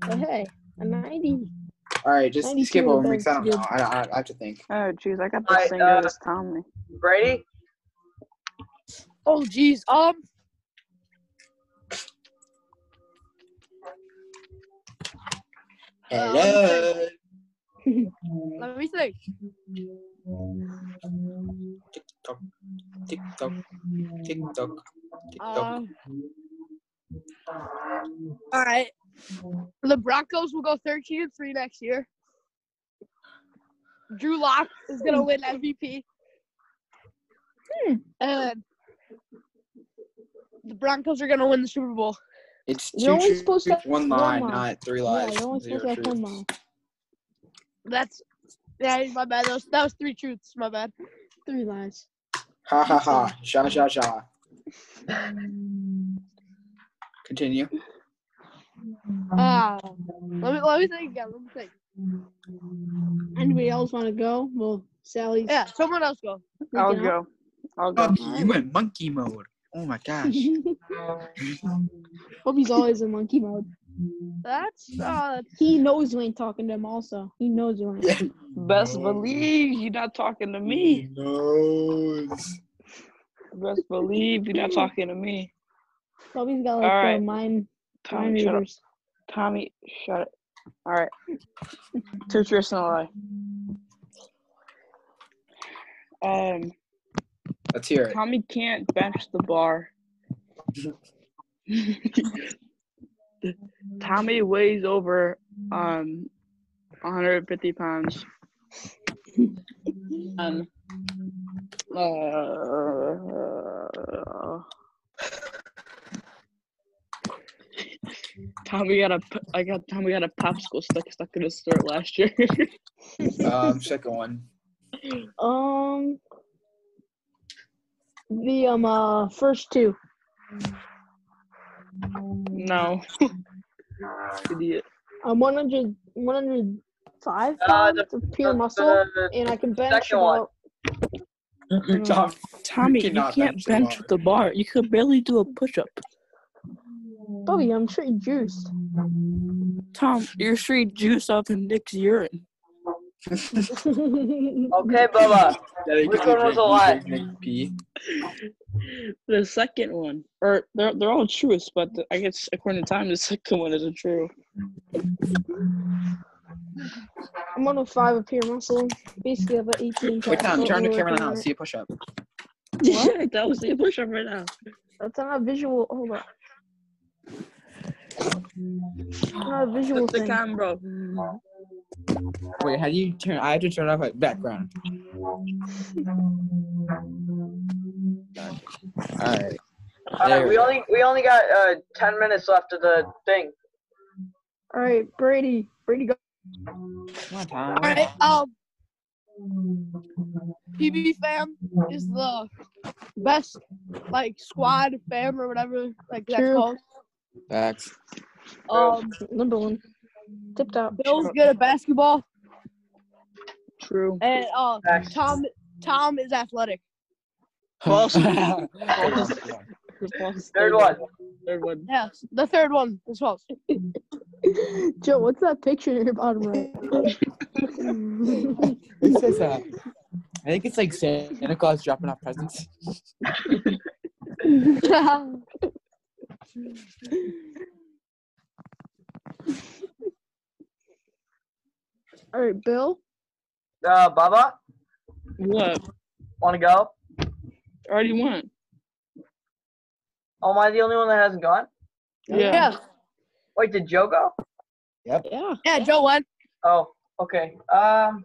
Speaker 6: But hey, a 90.
Speaker 4: All right, just
Speaker 6: 92
Speaker 4: skip over me
Speaker 6: above
Speaker 4: 'cause I don't
Speaker 6: good.
Speaker 4: know. I, I, I have to think.
Speaker 3: Oh, jeez, I got the
Speaker 1: Alright,
Speaker 3: same
Speaker 1: uh,
Speaker 3: good as Tommy.
Speaker 1: Brady?
Speaker 2: [laughs] Oh, jeez. Um, Uh,
Speaker 4: Hello.
Speaker 2: let me think.
Speaker 4: Tick tock, tick tock, tick tock, tick
Speaker 6: Uh,
Speaker 4: tock.
Speaker 2: Um, all right. The Broncos will go 13 and 3 next year. Drew Lock is going to win MVP.
Speaker 6: Hmm.
Speaker 2: And the Broncos are going to win the Super Bowl.
Speaker 4: It's
Speaker 6: You're
Speaker 4: two
Speaker 6: only
Speaker 4: truths,
Speaker 6: supposed to have
Speaker 4: one
Speaker 6: one
Speaker 4: lie,
Speaker 6: lie.
Speaker 4: not three
Speaker 6: Yeah,
Speaker 4: lies.
Speaker 6: you're only
Speaker 4: zero
Speaker 6: supposed to have one
Speaker 4: truths.
Speaker 6: lie.
Speaker 2: That's yeah, my bad. That was, that was three truths. My bad.
Speaker 6: Three lies.
Speaker 4: Ha ha ha. Sha sha sha. Continue.
Speaker 2: Uh, let me let me think again. Let me think.
Speaker 6: Anybody else want to go? Well, Sally's.
Speaker 2: Yeah, someone else go.
Speaker 3: I'll
Speaker 6: thinking
Speaker 3: go. I'll go.
Speaker 4: you went monkey mode. Oh my
Speaker 6: [laughs]
Speaker 4: gosh.
Speaker 6: out. Bubby's always in monkey mode.
Speaker 2: That's uh,
Speaker 6: He knows you ain't talking to him. Also, he knows you ain't.
Speaker 3: Best believe you're not talking to me.
Speaker 4: Nose.
Speaker 3: Best believe you're not talking to me.
Speaker 6: Bubby's got
Speaker 3: All
Speaker 6: like the
Speaker 3: right.
Speaker 6: mind mind
Speaker 3: Tommy, shut up.
Speaker 6: readers.
Speaker 3: Tommy, shut up. All right. Two truths and a lie. Um,
Speaker 4: Let's hear it.
Speaker 3: Tommy can't bench the bar. [laughs] Tommy weighs over um 150 pounds. Um, uh, Tommy got a p- I got Tommy got a popsicle stuck stuck in his throat last year. [laughs]
Speaker 4: Um, second
Speaker 6: [laughs]
Speaker 4: one.
Speaker 6: Um, the um uh, first two.
Speaker 3: no, idiot.
Speaker 6: I'm 100,
Speaker 1: Uh,
Speaker 6: 105 pounds
Speaker 1: the-
Speaker 6: of pure
Speaker 1: the-
Speaker 6: muscle,
Speaker 1: the-
Speaker 6: and I can bench
Speaker 1: second one.
Speaker 6: about.
Speaker 4: Tom,
Speaker 3: Tommy, you
Speaker 4: cannot
Speaker 3: can't
Speaker 4: bench
Speaker 3: bench
Speaker 4: the
Speaker 3: the bar. You could barely do a push up.
Speaker 6: Bubby, I'm sure you juiced.
Speaker 3: Tom, you're straight juice off of Nick's urine.
Speaker 4: [laughs]
Speaker 1: Okay, Bubba.
Speaker 4: Daddy,
Speaker 1: Which
Speaker 4: can you
Speaker 1: one was
Speaker 4: drink-
Speaker 1: a
Speaker 4: you
Speaker 1: lie?
Speaker 4: drink Nick pee?
Speaker 3: The second one, or they're they're all truths, but the, I guess according to Tommy, the [laughs] second one isn't true.
Speaker 6: I'm 105 of pure muscle. Basically, I have an 18
Speaker 4: Wait,
Speaker 6: pack.
Speaker 4: Tom,
Speaker 6: but
Speaker 4: turn the
Speaker 6: we're
Speaker 4: camera now.
Speaker 6: working on
Speaker 4: Let's
Speaker 6: it.
Speaker 4: see a push up.
Speaker 3: What? [laughs] that was the push up right now.
Speaker 6: That's not a visual. Hold up. It's not a visual
Speaker 3: Flip the
Speaker 6: thing.
Speaker 3: cam, bro.
Speaker 4: Wait, how do you turn? I have to turn off my background. All right.
Speaker 1: All right,
Speaker 4: There
Speaker 1: we only we only got uh, ten minutes left of the thing.
Speaker 6: All right, Brady. Brady, go.
Speaker 4: Come on, Tom.
Speaker 2: all right. Um, PB fam is the best like squad fam or whatever like that's
Speaker 6: True.
Speaker 2: called.
Speaker 4: Facts.
Speaker 2: Um,
Speaker 6: Number one. Tip top.
Speaker 2: Bill's good at basketball,
Speaker 3: True.
Speaker 2: and uh,
Speaker 1: Facts.
Speaker 2: Tom Tom is athletic.
Speaker 3: False.
Speaker 4: [laughs] Good
Speaker 3: False. False.
Speaker 4: one, good one.
Speaker 1: Third one.
Speaker 3: Third one.
Speaker 2: Yes, the third one
Speaker 6: [laughs]
Speaker 2: is false.
Speaker 6: [laughs] Joe, what's that picture in your bottom right?
Speaker 4: It says, uh, I think it's like Santa Claus dropping off presents.
Speaker 6: All right, Bill.
Speaker 1: Uh, Bubba,
Speaker 3: What?
Speaker 1: want to go?
Speaker 3: Already won.
Speaker 1: Oh, am I the only one that hasn't gone?
Speaker 3: Yeah.
Speaker 1: Wait, did Joe go?
Speaker 6: Yeah.
Speaker 2: Yeah, Joe won.
Speaker 1: Oh, okay. Um.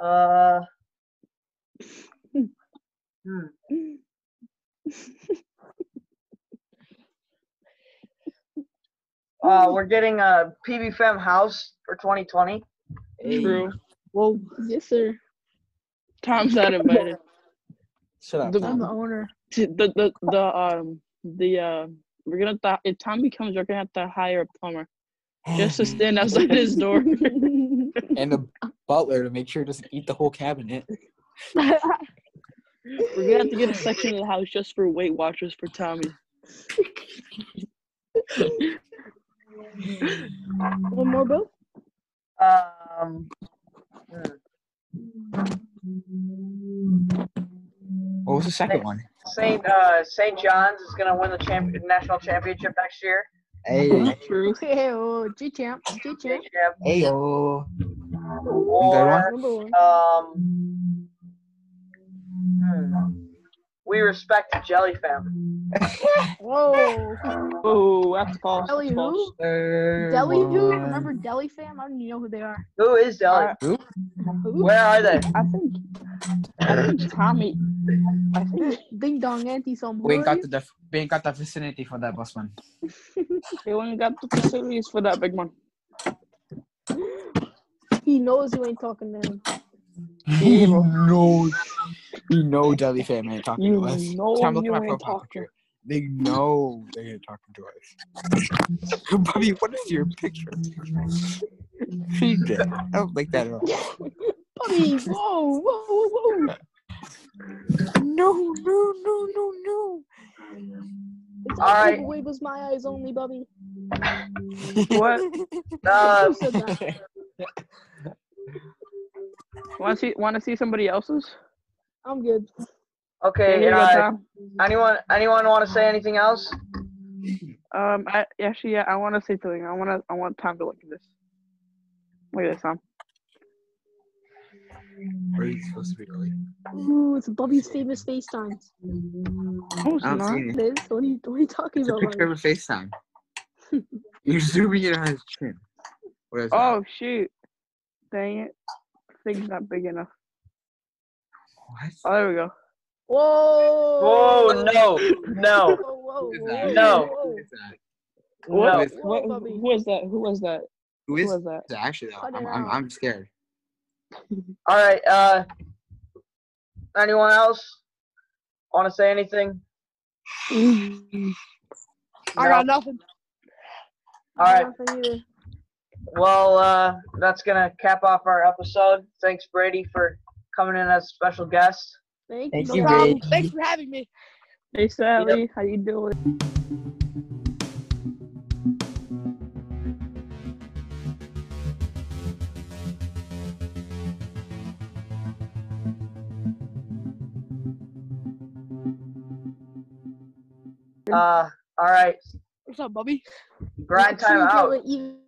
Speaker 1: Uh. Hmm. Uh, we're getting a PB Fem house for 2020.
Speaker 4: Hey,
Speaker 3: True.
Speaker 6: Well, yes, sir.
Speaker 3: Tom's not [laughs] invited.
Speaker 4: Shut up.
Speaker 3: The-
Speaker 6: I'm [laughs]
Speaker 4: Tom.
Speaker 6: the owner.
Speaker 3: The the the um the uh We're gonna have to, if Tommy comes, we're gonna have to hire a plumber just to stand outside his door.
Speaker 4: and a butler to make sure it doesn't eat the whole cabinet.
Speaker 3: We're gonna have to [laughs] get a section of the house just for Weight Watchers for Tommy.
Speaker 6: One more, Bill?
Speaker 1: Um,
Speaker 4: What was the second one?
Speaker 1: Saint uh, Saint John's is gonna win the champ- national championship next year.
Speaker 4: Hey,
Speaker 3: [laughs] True.
Speaker 6: Ew, G champ, G champ,
Speaker 1: Championship.
Speaker 4: hey, yo.
Speaker 1: Or
Speaker 6: number one.
Speaker 1: um, hmm, we respect the Jelly Family.
Speaker 6: Whoa,
Speaker 3: Oh, that's false.
Speaker 6: Deli
Speaker 3: That's false.
Speaker 6: who? Deli who? Remember Deli fam? I don't even know who they are.
Speaker 1: Who is Jelly?
Speaker 6: Who?
Speaker 1: Where are they?
Speaker 3: I think I think Tommy. I think
Speaker 6: Ding dong, anti some.
Speaker 4: We ain't got the def- we ain't got the vicinity for that bus man.
Speaker 3: they only got the facilities for that big one.
Speaker 6: He knows you ain't talking to him.
Speaker 4: He knows. [laughs] He know Deli Fam ain't talking
Speaker 3: You
Speaker 4: to us.
Speaker 3: know
Speaker 4: Tom, look
Speaker 3: you
Speaker 4: at my
Speaker 3: ain't
Speaker 4: profile
Speaker 3: talking.
Speaker 4: picture. They know they ain't talking to us. [laughs] Bobby, what is your picture? Change it. I don't like that at all. [laughs]
Speaker 6: Bobby, whoa, whoa, whoa, whoa.
Speaker 4: No, no, no, no, no.
Speaker 6: It's
Speaker 1: All
Speaker 6: all
Speaker 1: right.
Speaker 6: right. was my eyes only, Bobby.
Speaker 3: What? [laughs]
Speaker 1: Uh,
Speaker 6: [laughs] Who said that?
Speaker 4: [laughs]
Speaker 3: Want to see? Want to see somebody else's?
Speaker 6: I'm good.
Speaker 3: Here
Speaker 1: okay.
Speaker 3: you go,
Speaker 1: Uh,
Speaker 3: Tom.
Speaker 1: anyone? Anyone want to say anything else?
Speaker 3: Um, I actually, yeah, I want to say something. I want to, I want Tom to look at this. Look at this, Tom.
Speaker 4: Where are you supposed to be going?
Speaker 6: Ooh, it's Bobby's famous FaceTimes.
Speaker 3: Oh, it's
Speaker 4: I don't see
Speaker 3: not.
Speaker 4: anything.
Speaker 6: Liz, what are you, what are you talking
Speaker 4: It's a
Speaker 6: about?
Speaker 4: picture
Speaker 6: Bobby?
Speaker 4: of a
Speaker 3: [laughs]
Speaker 4: FaceTime. You're zooming in on his chin. What is
Speaker 3: Oh shoot! Dang it! Thing's not big enough.
Speaker 4: that?
Speaker 3: Oh, there we go.
Speaker 6: Whoa!
Speaker 1: Oh no, no,
Speaker 6: Whoa,
Speaker 4: Who
Speaker 6: whoa,
Speaker 4: is
Speaker 6: whoa,
Speaker 4: that?
Speaker 1: No.
Speaker 6: whoa,
Speaker 3: Oh,
Speaker 4: What is that?
Speaker 1: no.
Speaker 3: What?
Speaker 4: With-
Speaker 3: What?
Speaker 6: Whoa, Bobby.
Speaker 3: Who was that? Who was that?
Speaker 4: Who
Speaker 3: Who
Speaker 4: is
Speaker 3: was that?
Speaker 4: that? Actually, though,
Speaker 6: Cut it
Speaker 4: I'm, I'm,
Speaker 6: out.
Speaker 4: I'm scared.
Speaker 1: All right. Uh, anyone else want to say anything?
Speaker 2: I got nothing.
Speaker 1: All
Speaker 6: I
Speaker 1: right.
Speaker 6: don't know if I need it.
Speaker 1: Well, uh, that's gonna cap off our episode. Thanks, Brady, for coming in as a special guest.
Speaker 6: Thank
Speaker 4: Thank
Speaker 6: you.
Speaker 4: you,
Speaker 6: No
Speaker 4: Brady.
Speaker 6: problem.
Speaker 2: Um, thanks for having me.
Speaker 3: Hey, Sally, how you doing?
Speaker 1: Uh, all right,
Speaker 2: What's up, Bobby?
Speaker 1: grind
Speaker 6: Make sure
Speaker 1: time
Speaker 6: you
Speaker 1: Uh, out.
Speaker 6: go to either